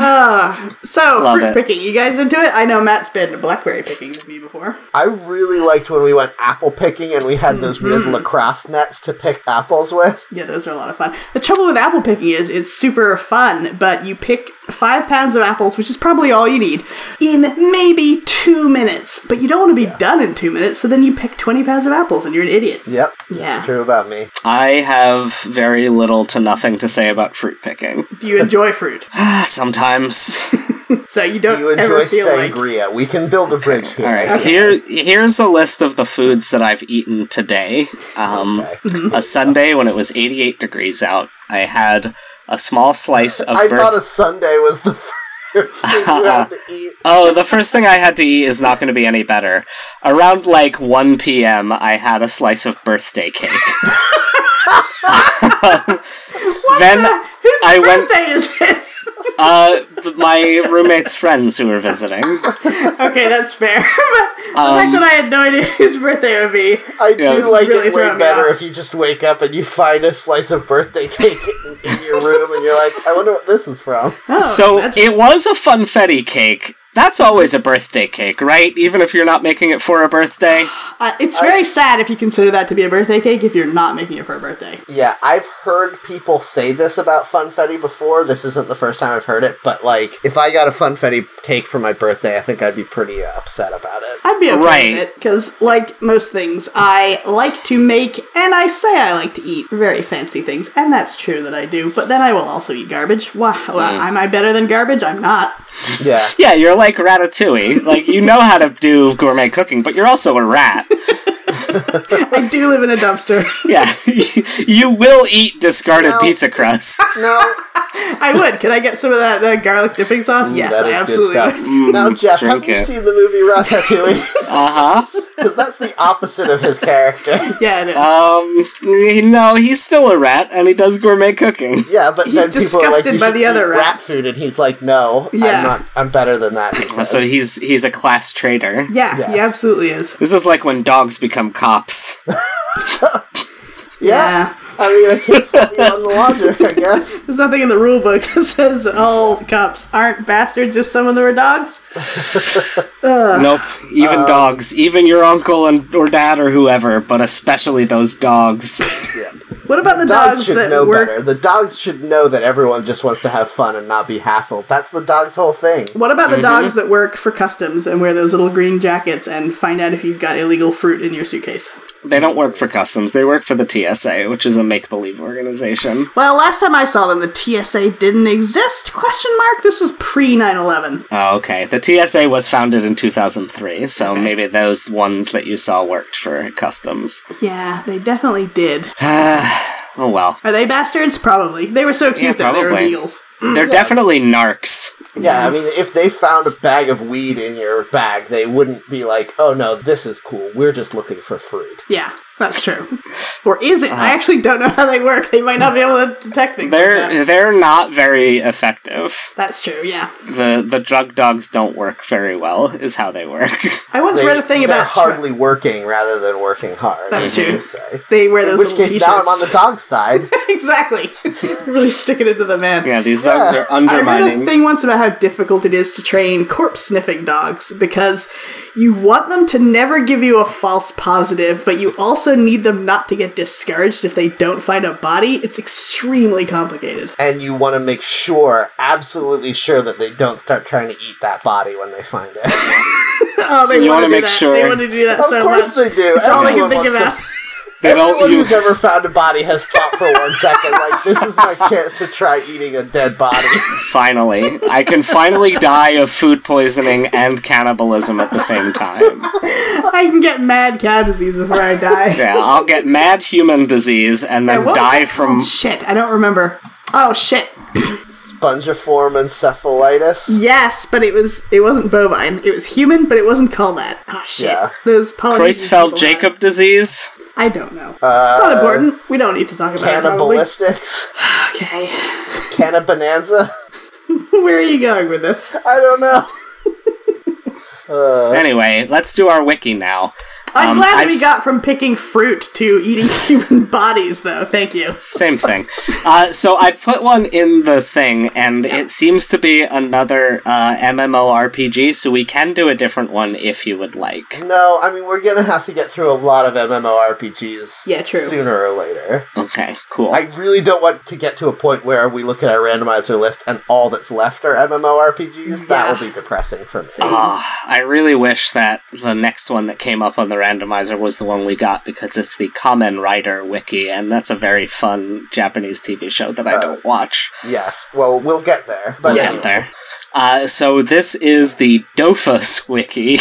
Speaker 3: Uh, so
Speaker 2: Love
Speaker 3: fruit
Speaker 2: it.
Speaker 3: picking, you guys into it? I know Matt's been blackberry picking with me before.
Speaker 1: I really liked when we went apple picking and we had those weird
Speaker 3: Mm-hmm.
Speaker 1: lacrosse nets to pick apples with.
Speaker 3: Yeah, those are a lot of fun. The trouble with apple picking is it's super fun, but you pick five pounds of apples, which is probably all you need, in maybe two minutes. But you don't want to be done in two minutes, so then you pick 20 pounds of apples and you're an idiot.
Speaker 1: Yep.
Speaker 3: Yeah.
Speaker 1: True about me.
Speaker 2: I have very little to nothing to say about fruit picking. [sighs]
Speaker 3: Do you enjoy fruit?
Speaker 2: Sometimes.
Speaker 3: So you don't
Speaker 1: You enjoy
Speaker 3: ever feel like.
Speaker 1: sangria. We can build a bridge here.
Speaker 2: All right. Here, here's a list of the foods that I've eaten today. Um, [laughs] A Sunday when it was 88 degrees out, I had a small slice of.
Speaker 1: I
Speaker 2: birth-
Speaker 1: thought a Sunday was the [laughs] first thing you had to eat.
Speaker 2: Oh, the first thing I had to eat is not going to be any better. Around like 1 p.m., I had a slice of
Speaker 1: [laughs]
Speaker 2: birthday cake. [laughs] then
Speaker 3: Whose
Speaker 2: I
Speaker 3: birthday
Speaker 2: went-
Speaker 3: is it? [laughs]
Speaker 2: uh, th- my roommate's friends who were visiting.
Speaker 3: okay, that's fair. [laughs] but the fact that I had no idea [laughs] whose birthday would be.
Speaker 1: Um, I
Speaker 2: Yeah, this
Speaker 1: do
Speaker 2: is
Speaker 1: like
Speaker 3: really
Speaker 1: it way
Speaker 3: throwing me
Speaker 1: better
Speaker 3: off.
Speaker 1: if you just wake up and you find a slice of birthday cake in, in your room and you're like, I wonder what this is from.
Speaker 3: Oh,
Speaker 2: so
Speaker 3: that's-
Speaker 2: it was a funfetti cake. That's always a birthday cake, right? Even if you're not making it for a birthday.
Speaker 1: [gasps]
Speaker 3: uh, it's very sad if you consider that to be a birthday cake if you're not making it for a birthday.
Speaker 1: Yeah, I've heard people say this about funfetti before. This isn't the first time I've heard it, but like, if I got a funfetti cake for my birthday, I think I'd be pretty uh, upset about
Speaker 3: [laughs]
Speaker 1: it.
Speaker 3: I'd be okay
Speaker 2: Right.
Speaker 3: with it because, like most things, I like to make and I say I like to eat very fancy things, and that's true that I do. But then I will also eat garbage. Wow, well,
Speaker 1: Mm.
Speaker 3: am I better than garbage? I'm not.
Speaker 1: Yeah,
Speaker 2: Yeah, you're like Ratatouille. Like, you know how to do gourmet cooking, but you're also
Speaker 1: [laughs]
Speaker 2: a rat.
Speaker 3: I do live in a dumpster. [laughs]
Speaker 2: Yeah. [laughs] you will eat discarded
Speaker 1: No.
Speaker 2: pizza crusts.
Speaker 1: [laughs] no,
Speaker 3: I would. Can I get some of that uh, garlic dipping sauce? yes,
Speaker 1: Mm, that
Speaker 3: I
Speaker 1: is good
Speaker 3: absolutely Mm,
Speaker 1: stuff.
Speaker 3: would.
Speaker 1: Now, Jeff, have
Speaker 2: Mm, drink
Speaker 1: you
Speaker 2: it.
Speaker 1: seen the movie Ratatouille? [laughs]
Speaker 2: Uh huh.
Speaker 1: Because that's the opposite of his character.
Speaker 3: [laughs] Yeah, it is.
Speaker 1: Uh,
Speaker 2: Um, no, he's still a rat, and he does gourmet
Speaker 1: [laughs]
Speaker 2: cooking.
Speaker 1: Yeah, but
Speaker 3: He's
Speaker 1: then people are like,
Speaker 3: disgusted
Speaker 1: you
Speaker 3: by
Speaker 1: should
Speaker 3: the other
Speaker 1: eat rat
Speaker 3: rats.
Speaker 1: food, and he's like, no,
Speaker 3: Yeah.
Speaker 1: I'm not. I'm better than that.
Speaker 3: [laughs]
Speaker 1: he says.
Speaker 2: So he's he's a class traitor.
Speaker 3: yeah, he
Speaker 1: yes.
Speaker 3: absolutely is.
Speaker 2: This is like when dogs become cops.
Speaker 1: yeah. I mean, I can't fault you on the logic, I guess.
Speaker 3: There's nothing in the rule book [laughs] that says that all cops aren't bastards if some of them are dogs.
Speaker 2: nope. Even dogs, even your uncle and or dad or whoever, but especially those dogs.
Speaker 3: What about
Speaker 1: [laughs]
Speaker 3: the
Speaker 1: Dogs,
Speaker 3: dogs,
Speaker 1: should
Speaker 3: that
Speaker 1: know
Speaker 3: work?
Speaker 1: better. The dogs should know that everyone just wants to have fun and not be hassled. That's the dog's whole thing.
Speaker 3: What about the
Speaker 2: Mm-hmm.
Speaker 3: dogs that work for customs and wear those little green jackets and find out if you've got illegal fruit in your suitcase?
Speaker 2: They don't work for customs. They work for the TSA, which is a make believe organization.
Speaker 3: Well, last time I saw them, the TSA didn't exist? Question mark. This was pre 9/11.
Speaker 2: Oh, okay. The TSA was founded in 2003, so
Speaker 3: Okay.
Speaker 2: maybe those ones that you saw worked for customs. [sighs]
Speaker 3: Yeah, they definitely did.
Speaker 2: oh well.
Speaker 3: Are they bastards? Probably. They were so cute
Speaker 2: Yeah,
Speaker 3: though. They were
Speaker 2: probably.
Speaker 3: beagles.
Speaker 2: They're definitely narcs.
Speaker 1: Yeah, I mean, if they found a bag of weed in your bag, they wouldn't be like, "Oh no, this is cool. We're just looking for fruit."
Speaker 3: Yeah, that's true. Or is it? I actually don't know how they work. They might not be able to detect things. like that.
Speaker 2: Uh-huh. They're they're not very effective.
Speaker 3: That's true. Yeah,
Speaker 2: The the drug dogs don't work very well is how they work. [laughs]
Speaker 3: I once
Speaker 1: They,
Speaker 3: read a thing
Speaker 1: they're
Speaker 3: about
Speaker 1: hardly working rather than working hard.
Speaker 3: That's
Speaker 1: I
Speaker 3: true.
Speaker 1: would say.
Speaker 3: They wear
Speaker 1: In
Speaker 3: those
Speaker 1: which
Speaker 3: little
Speaker 1: case,
Speaker 3: t-shirts.
Speaker 1: now I'm on the dog side. [laughs]
Speaker 3: [laughs] exactly. [laughs] really sticking it to the man.
Speaker 2: yeah, these dogs are
Speaker 3: I read a
Speaker 2: undermining.
Speaker 3: thing once about how difficult it is to train corpse sniffing dogs because you want them to never give you a false positive, but you also need them not to get discouraged if they don't find a body. It's extremely
Speaker 1: [laughs]
Speaker 3: complicated.
Speaker 1: and you want to make sure, absolutely sure, that they don't start trying to eat that body when they find
Speaker 3: [laughs]
Speaker 1: it.
Speaker 3: Oh, they
Speaker 2: you
Speaker 3: want
Speaker 2: wanna
Speaker 3: to
Speaker 2: make
Speaker 3: that.
Speaker 2: sure.
Speaker 3: They want to do that
Speaker 1: of
Speaker 3: so
Speaker 1: course
Speaker 3: much.
Speaker 1: they do.
Speaker 3: It's all they can
Speaker 1: Everyone
Speaker 3: think
Speaker 1: wants to-
Speaker 3: about.
Speaker 2: They
Speaker 1: Everyone
Speaker 2: don't
Speaker 1: who's
Speaker 2: use
Speaker 1: ever found a body has thought for one second, like, "This is my chance to try eating a dead body."
Speaker 2: finally. I can finally die of food poisoning and cannibalism at the same time.
Speaker 3: [laughs] I can get mad cow disease before I
Speaker 1: [laughs]
Speaker 3: die.
Speaker 2: Yeah, I'll get mad human disease and then
Speaker 3: What was
Speaker 2: die
Speaker 3: that called?
Speaker 2: from
Speaker 3: shit. I don't remember. Oh shit.
Speaker 1: Spongiform encephalitis.
Speaker 3: Yes, but it was it wasn't bovine. It was human, but it wasn't called that. Oh shit.
Speaker 1: Yeah.
Speaker 3: Those Polynesian people
Speaker 2: Creutzfeldt
Speaker 3: had-
Speaker 2: Jacob disease.
Speaker 3: I don't know. it's not important. We don't need to talk about it. Probably.
Speaker 1: Cannibalistics.
Speaker 3: Okay. [laughs]
Speaker 1: Cannabonanza.
Speaker 3: Where are you going with this?
Speaker 1: I don't know.
Speaker 2: Anyway, let's do our wiki now.
Speaker 3: I'm
Speaker 2: Um,
Speaker 3: glad that
Speaker 2: I've-
Speaker 3: we got from picking fruit to eating [laughs] human bodies, though. Thank you.
Speaker 2: Same thing. Uh, so I put one in the thing, and it seems to be another uh, MMORPG, so we can do a different one if you would like.
Speaker 1: No, I mean we're gonna have to get through a lot of MMORPGs.
Speaker 3: Yeah, true.
Speaker 1: Sooner or later.
Speaker 2: Okay, cool.
Speaker 1: I really don't want to get to a point where we look at our randomizer list and all that's left are MMORPGs.
Speaker 3: Yeah.
Speaker 1: That will be depressing for me.
Speaker 2: Ah, I really wish that the next one that came up on the randomizer was the one we got because it's the Kamen Rider wiki, and that's a very fun Japanese TV show that I don't watch.
Speaker 1: Yes. Well, we'll get there. But
Speaker 3: Uh, Yeah.
Speaker 2: Get there. Uh, so this is the Dofus wiki.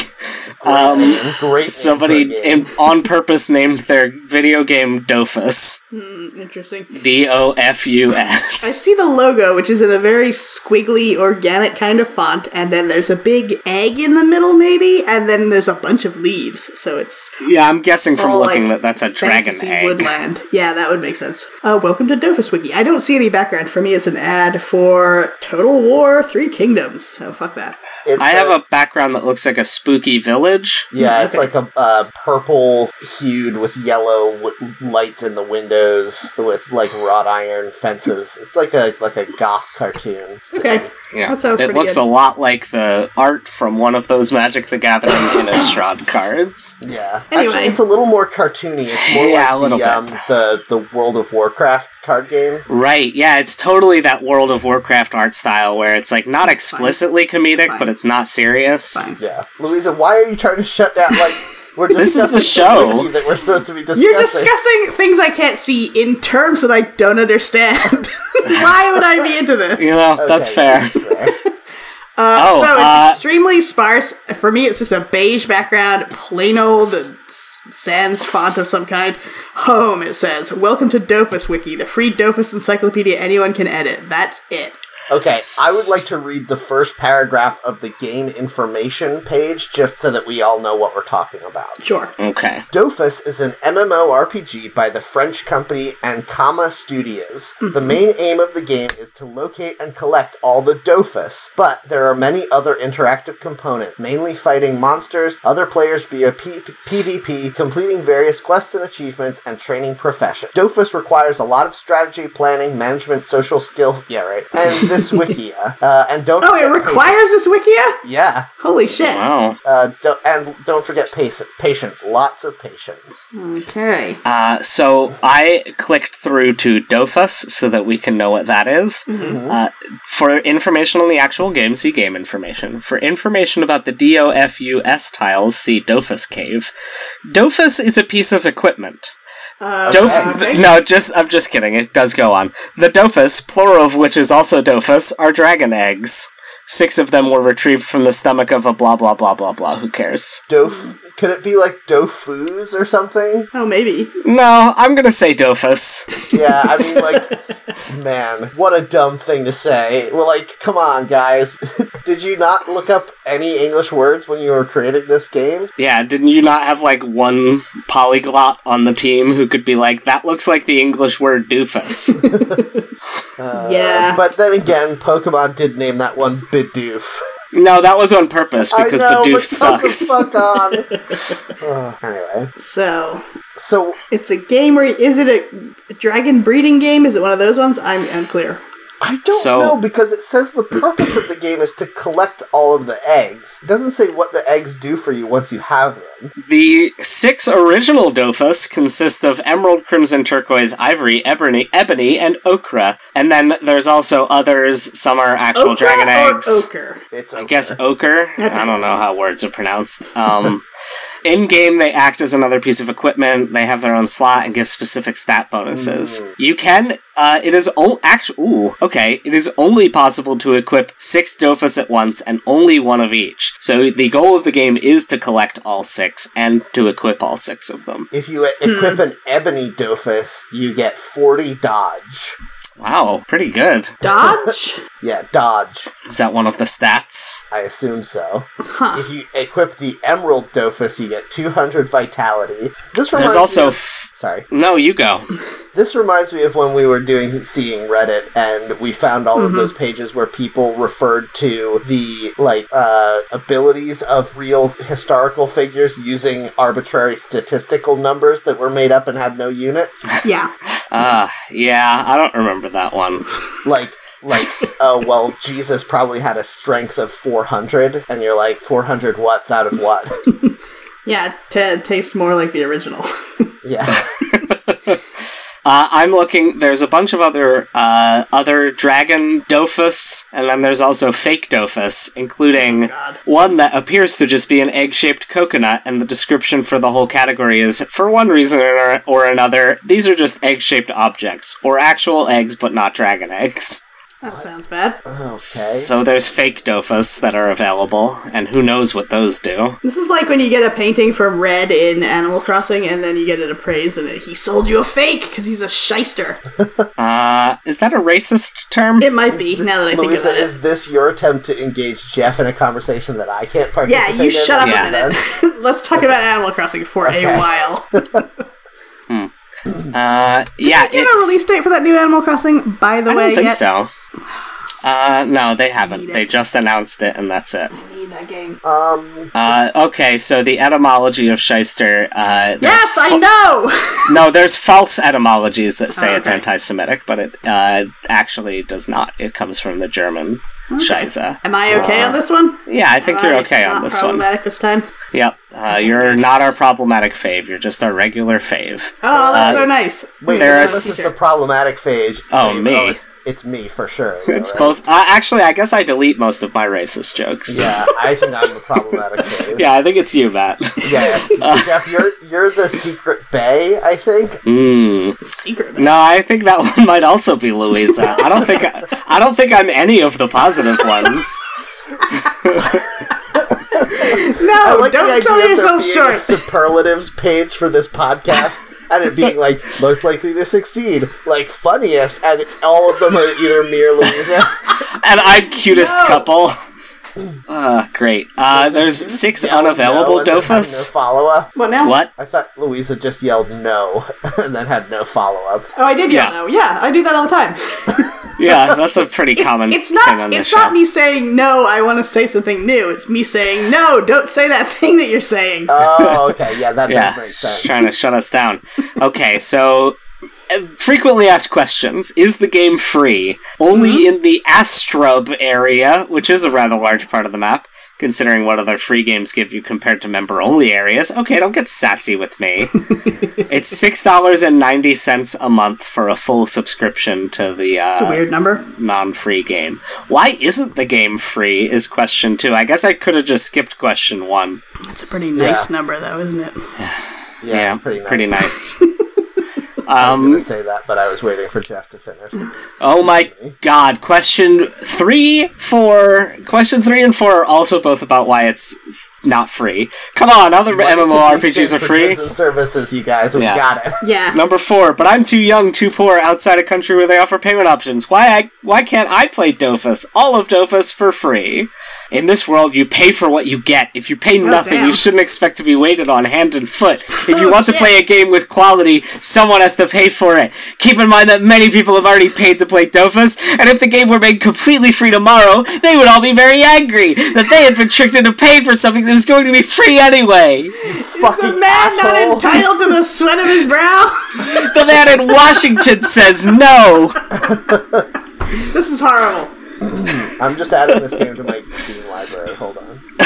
Speaker 2: Um,
Speaker 3: [laughs]
Speaker 1: anyway, great.
Speaker 2: somebody
Speaker 1: name for a game.
Speaker 2: in, on purpose named their video game Dofus.
Speaker 3: Hmm, interesting.
Speaker 2: D O F U
Speaker 3: I
Speaker 2: S.
Speaker 3: see the logo, which is in a very squiggly, organic kind of font, and then there's a big egg in the middle, maybe, and then there's a bunch of leaves. So it's
Speaker 2: Yeah, I'm guessing from
Speaker 3: all,
Speaker 2: looking
Speaker 3: like,
Speaker 2: that that's a dragon
Speaker 3: fantasy
Speaker 2: egg.
Speaker 3: woodland. Yeah, that would make sense. Uh, welcome to Dofus Wiki. I don't see any background for me. It's an ad for Total War Three Kingdoms. So fuck that.
Speaker 1: It's
Speaker 2: I have a background that looks like a spooky village. [laughs]
Speaker 1: Yeah, it's
Speaker 3: Okay.
Speaker 1: like a uh, purple hued with yellow w- lights in the windows with like wrought iron fences. It's like a like a goth cartoon.
Speaker 3: Okay.
Speaker 2: Yeah,
Speaker 3: That sounds
Speaker 2: it
Speaker 3: pretty
Speaker 2: looks
Speaker 3: good.
Speaker 2: a lot like the art from one of those Magic the
Speaker 3: [laughs]
Speaker 2: Gathering Innistrad cards.
Speaker 1: Yeah.
Speaker 3: Anyway.
Speaker 1: Actually, it's a little more cartoony. It's more
Speaker 2: Yeah, a
Speaker 1: like
Speaker 2: little
Speaker 1: the,
Speaker 2: bit.
Speaker 1: um, the the World of Warcraft card game.
Speaker 2: Right? Yeah, it's totally that World of Warcraft art style where it's like not explicitly comedic,
Speaker 3: Fine.
Speaker 2: but it's not serious.
Speaker 3: Fine.
Speaker 1: Yeah, Louisa, why are you trying to shut down?
Speaker 2: [laughs]
Speaker 1: Like we're
Speaker 2: This is
Speaker 1: discussing
Speaker 2: the show.
Speaker 1: wiki that we're supposed to be discussing.
Speaker 3: You're discussing things I can't see in terms that I don't understand. [laughs] Why would I be into this?
Speaker 2: You know, that's
Speaker 1: Okay,
Speaker 2: fair.
Speaker 1: that's fair.
Speaker 2: oh,
Speaker 3: so it's
Speaker 2: uh,
Speaker 3: extremely sparse. For me, it's just a beige background, plain old s- sans font of some kind. Home, it says. Welcome to Dofus Wiki, the free Dofus encyclopedia anyone can edit. That's it.
Speaker 1: Okay, I would like
Speaker 2: [laughs]
Speaker 1: to read the first paragraph of the game information page just so that we all know what we're talking about.
Speaker 3: Sure.
Speaker 2: okay.
Speaker 1: Dofus is an MMORPG by the French company Ankama Studios. The
Speaker 3: Mm-hmm.
Speaker 1: main aim of the game is to locate and collect all the Dofus, but there are many other interactive components, mainly fighting monsters, other players via P- PvP, completing various quests and achievements, and training profession. Dofus requires a lot of strategy, planning, management, social skills. Yeah, right. And
Speaker 3: [laughs]
Speaker 1: this wikia, uh, and don't.
Speaker 3: Oh, it
Speaker 1: forget-
Speaker 3: requires this wikia?
Speaker 1: Yeah,
Speaker 3: Holy shit.
Speaker 2: Wow.
Speaker 1: uh, don't, and don't forget patience. Patience, lots of patience.
Speaker 3: Okay.
Speaker 2: Uh, so I clicked through to Dofus so that we can know what that is.
Speaker 3: Mm-hmm.
Speaker 2: Uh, for information on the actual game, see game information. For information about the DOFUS tiles, see Dofus Cave. Dofus is a piece of equipment.
Speaker 3: Uh,
Speaker 2: Dof-
Speaker 3: okay.
Speaker 2: th- [laughs] no, just I'm just kidding. It does go on. The Dofus, plural of which is also Dofus, are dragon eggs. Six of them were retrieved from the stomach of a blah blah blah blah blah. Who cares?
Speaker 1: Dof, could it be like dofus or something?
Speaker 3: Oh, maybe.
Speaker 2: No, I'm gonna say Dofus.
Speaker 1: Yeah, I mean, [laughs] like, man, what a dumb thing to say. Well, like, come on, guys. [laughs] Did you not look up any English words when you were creating this game?
Speaker 2: Yeah, didn't you not have like one polyglot on the team who could be like, that looks like the English
Speaker 1: [laughs]
Speaker 2: word doofus?
Speaker 1: Uh,
Speaker 3: Yeah.
Speaker 1: But then again, Pokemon did name that one Bidoof.
Speaker 2: no, that was on purpose because
Speaker 1: I know,
Speaker 2: Bidoof
Speaker 1: but come the
Speaker 2: sucks.
Speaker 1: fuck on. Ugh,
Speaker 2: [laughs]
Speaker 1: anyway,
Speaker 3: So,
Speaker 1: so
Speaker 3: it's a game where. Is it a dragon breeding game? Is it one of those ones? I'm unclear.
Speaker 1: I don't
Speaker 2: So-
Speaker 1: know because it says the purpose of the game is to collect all of the eggs. It doesn't say what the eggs do for you once you have them.
Speaker 2: The six original Dofus consist of emerald, crimson, turquoise, ivory, ebony, ebony, and ochre. And then there's also others. Some are actual
Speaker 3: Okra
Speaker 2: dragon
Speaker 3: or
Speaker 2: eggs.
Speaker 3: Ochre?
Speaker 1: It's
Speaker 2: I guess ochre. I don't know how words are pronounced. Um, in game, they act as another piece of equipment. They have their own slot and give specific stat bonuses. You can. Uh, it is all act. Ooh, okay. It is only possible to equip six Dofus at once and only one of each. So the goal of the game is to collect all six and to equip all six of them.
Speaker 1: If you equip an ebony dophus, you get 40 dodge.
Speaker 2: Wow, pretty good. [laughs]
Speaker 3: Dodge?
Speaker 1: Yeah, dodge.
Speaker 2: Is that one of the stats?
Speaker 1: I assume so.
Speaker 3: huh.
Speaker 1: If you equip the emerald dophus, you get 200 vitality. This reminds
Speaker 2: There's
Speaker 1: me
Speaker 2: also.
Speaker 1: of-
Speaker 2: F-
Speaker 1: sorry.
Speaker 2: no, you go.
Speaker 1: This reminds me of when we were doing seeing Reddit and we found all of
Speaker 2: Mm-hmm.
Speaker 3: Mhm.
Speaker 1: those pages where people referred to the like uh, abilities of real historical figures using arbitrary statistical numbers that were made up and had no units.
Speaker 3: Yeah.
Speaker 2: Uh, yeah, I don't remember that one.
Speaker 1: like
Speaker 3: [laughs]
Speaker 1: like oh well jesus probably had a strength of 400 and you're like 400 watts out of
Speaker 3: [laughs]
Speaker 1: what
Speaker 3: Yeah, Ted tastes more like the original. [laughs]
Speaker 1: yeah
Speaker 2: Uh, I'm looking. There's a bunch of other uh, other dragon Dofus, and then there's also fake Dofus, including
Speaker 3: Oh, God.
Speaker 2: one that appears to just be an egg-shaped coconut. And the description for the whole category is, for one reason or, or another, these are just egg-shaped objects or actual eggs, but not dragon eggs.
Speaker 3: That sounds bad.
Speaker 1: okay
Speaker 2: So there's fake Dofus that are available, and who knows what those do?
Speaker 3: This is like when you get a painting from Red in Animal Crossing and then you get it appraised and it, he sold you a fake because he's a shyster.
Speaker 2: Uh, is that a racist term?
Speaker 3: It
Speaker 2: [laughs]
Speaker 3: might be, now that I think
Speaker 1: Louisa,
Speaker 3: about it.
Speaker 1: is this your attempt to engage Jeff in a conversation that I can't participate
Speaker 3: Yeah,
Speaker 1: in?
Speaker 3: you shut up
Speaker 2: Yeah.
Speaker 3: a minute. [laughs] Let's talk about Animal Crossing for
Speaker 1: Okay.
Speaker 3: a while.
Speaker 2: Uh, yeah,
Speaker 3: Did you get a
Speaker 2: it's-
Speaker 3: release date for that new Animal Crossing, by the
Speaker 2: I
Speaker 3: way,
Speaker 2: don't think
Speaker 3: yet?
Speaker 2: so. Uh, no, they haven't.
Speaker 3: Need it.
Speaker 2: They just announced it, and that's it.
Speaker 3: I need that game.
Speaker 1: Um,
Speaker 2: Uh, okay, so the etymology of shyster. Uh, there's-
Speaker 3: Yes, I know!
Speaker 2: No, there's false etymologies that say
Speaker 3: Oh,
Speaker 2: it's
Speaker 3: okay.
Speaker 2: anti-Semitic, but it uh, actually does not. It comes from the German Scheise.
Speaker 3: Am I okay on this one?
Speaker 2: Yeah, I think
Speaker 3: Am
Speaker 2: you're
Speaker 3: I
Speaker 2: okay
Speaker 3: not
Speaker 2: on this one.
Speaker 3: problematic this time?
Speaker 2: Yep, uh, you're not our problematic fave. You're just our regular fave.
Speaker 3: Oh, that's
Speaker 2: Uh,
Speaker 3: so nice.
Speaker 1: wait,
Speaker 2: There
Speaker 1: this
Speaker 2: are
Speaker 1: is
Speaker 2: s-
Speaker 1: the problematic phase.
Speaker 2: Oh, me.
Speaker 1: it's, it's me for
Speaker 3: [laughs]
Speaker 1: sure.
Speaker 2: It's
Speaker 1: right?
Speaker 2: both. Uh, actually, I guess I delete most of my racist jokes.
Speaker 1: Yeah, I think I'm the
Speaker 3: [laughs]
Speaker 1: problematic phase.
Speaker 2: yeah I think it's you, Matt. [laughs]
Speaker 1: yeah. Jeff, you're you're the secret bay. I think.
Speaker 2: Mmm.
Speaker 3: Secret.
Speaker 2: No, I think that [laughs] one might also be Louisa. I don't think I, I don't think I'm any of the positive ones.
Speaker 1: I
Speaker 3: No,
Speaker 1: like the
Speaker 3: Oh, don't
Speaker 1: idea
Speaker 3: sell
Speaker 1: of there
Speaker 3: yourself
Speaker 1: being
Speaker 3: short.
Speaker 1: A superlatives page for this podcast, and it being like most likely to succeed, like funniest, and all of them are either me or Louisa.
Speaker 2: And I'm cutest
Speaker 3: No.
Speaker 2: couple. Uh, great. Uh, there's six
Speaker 1: Yelled
Speaker 2: unavailable
Speaker 1: no, and then had
Speaker 2: Dofus.
Speaker 1: No follow up.
Speaker 3: What now?
Speaker 2: What?
Speaker 1: I thought Louisa just yelled no, [laughs] and then had no follow up.
Speaker 3: Oh, I did yell
Speaker 2: Yeah.
Speaker 3: though. Yeah, I do that all the time.
Speaker 2: Yeah, that's a pretty common
Speaker 3: It's
Speaker 2: thing on
Speaker 3: not.
Speaker 2: this
Speaker 3: It's
Speaker 2: show.
Speaker 3: not me saying no. I want to say something new. It's me saying no. Don't say that [laughs] thing that you're saying.
Speaker 1: Uh, Oh, okay, yeah, that
Speaker 2: yeah,
Speaker 1: does make sense.
Speaker 2: trying to shut us down. Okay, so uh, frequently asked questions. Is the game free? Only
Speaker 1: Mm-hmm.
Speaker 2: in the Astrub area, which is a rather large part of the map, considering what other free games give you compared to member only areas. Okay, don't get sassy
Speaker 1: [laughs]
Speaker 2: with me. it's $6.90 a month for a full subscription to the
Speaker 3: It's a
Speaker 2: uh,
Speaker 3: weird number.
Speaker 2: non free game. Why isn't the game free? Is question two. I guess I could have just skipped question one.
Speaker 3: It's a pretty nice number, though, isn't it?
Speaker 1: Yeah, it's pretty nice.
Speaker 2: nice. [laughs]
Speaker 1: I was
Speaker 2: um,
Speaker 1: gonna say that, but I was waiting for Jeff to finish.
Speaker 2: Oh my god. Question three, four. Question three and four are also both about why it's not free. Come on, other MMORPGs are
Speaker 1: For
Speaker 2: free.
Speaker 1: goods and services, you guys. We
Speaker 2: Yeah.
Speaker 1: got it.
Speaker 3: Yeah.
Speaker 2: Number four, but I'm too young, too poor, outside a country where they offer payment options. Why I why can't I play Dofus, all of Dofus for free? In this world, you pay for what you get. If you pay nothing,
Speaker 3: Oh, damn.
Speaker 2: you shouldn't expect to be waited on hand and foot. If you
Speaker 3: Oh,
Speaker 2: want to
Speaker 3: shit.
Speaker 2: play a game with quality, someone has to pay for it. Keep in mind that many people have already paid to play Dofus, and if the game were made completely free tomorrow, they would all be very angry that they had been tricked into paying for something that was going to be free anyway.
Speaker 3: Is the
Speaker 1: Fucking
Speaker 3: man
Speaker 1: asshole.
Speaker 3: not
Speaker 2: [laughs]
Speaker 3: entitled to the sweat of his brow? [laughs]
Speaker 2: The man in Washington says no.
Speaker 3: this is horrible.
Speaker 1: I'm just adding this game to my Steam library. Hold on.
Speaker 2: [laughs]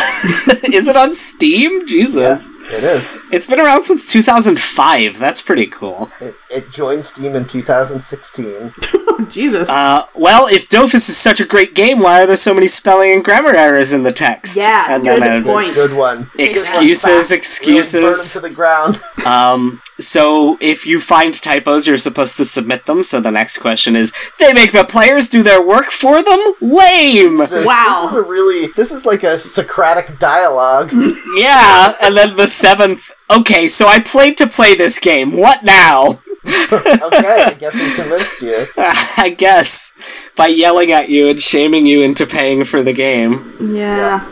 Speaker 2: Is it on Steam? Jesus.
Speaker 1: It is.
Speaker 2: It's been around since 2005. That's pretty cool.
Speaker 1: It, it joined Steam in 2016.
Speaker 3: Oh, Jesus.
Speaker 2: Uh, well, if Dofus is such a great game, why are there so many spelling and grammar errors in the text?
Speaker 3: Yeah, good
Speaker 2: I would-
Speaker 3: point.
Speaker 1: Good one.
Speaker 2: Excuses,
Speaker 1: Really burn 'em
Speaker 2: excuses.
Speaker 1: to the ground. [laughs]
Speaker 2: Um, so if you find typos, you're supposed to submit them. So the next question is, they make the players do their work for them? Lame!
Speaker 1: This is-
Speaker 3: Wow.
Speaker 1: This is a really. This is like a Socratic dialogue.
Speaker 2: Yeah, and then the seventh, okay, so I played to play this game. What now?
Speaker 3: [laughs]
Speaker 1: okay, I guess we convinced you.
Speaker 2: [laughs] I guess. By yelling at you and shaming you into paying for the game.
Speaker 3: yeah.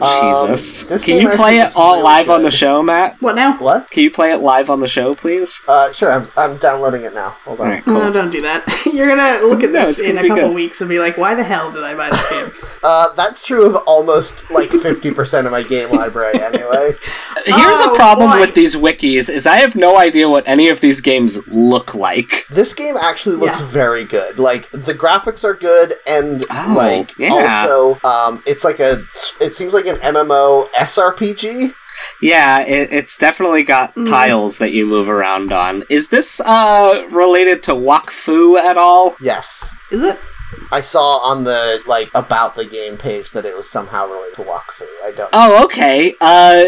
Speaker 1: Um,
Speaker 2: Jesus.
Speaker 1: this
Speaker 2: Can
Speaker 1: game
Speaker 2: you
Speaker 1: actually
Speaker 2: play it
Speaker 1: is
Speaker 2: all
Speaker 1: really
Speaker 2: live on
Speaker 1: good.
Speaker 2: the show, Matt?
Speaker 3: What now?
Speaker 1: What?
Speaker 2: Can you play it live on the show, please?
Speaker 1: Uh, sure. I'm, I'm downloading it now. Hold on.
Speaker 2: Alright, cool.
Speaker 3: No, don't do that. [laughs] You're gonna look at
Speaker 2: No, it's
Speaker 3: this in
Speaker 2: gonna
Speaker 3: a
Speaker 2: be
Speaker 3: couple
Speaker 2: good.
Speaker 3: weeks and be like, "Why the hell did I buy this game?" [laughs]
Speaker 1: Uh, that's true of almost like 50% of my game library. Anyway.
Speaker 2: Here's
Speaker 3: Oh,
Speaker 2: a problem
Speaker 3: boy.
Speaker 2: with these wikis is I have no idea what any of these games look like.
Speaker 1: This game actually looks
Speaker 3: Yeah.
Speaker 1: very good. Like the graphics are good, and
Speaker 2: Oh,
Speaker 1: like
Speaker 2: yeah.
Speaker 1: also, um, it's like a. It seems like an MMO SRPG.
Speaker 2: Yeah, it, it's definitely got
Speaker 3: Mm.
Speaker 2: tiles that you move around on. Is this uh related to Wakfu at all?
Speaker 1: Yes,
Speaker 3: Is it?
Speaker 1: I saw on the like about the game page that it was somehow related to Wakfu. I don't. Oh,
Speaker 2: Oh, okay. Uh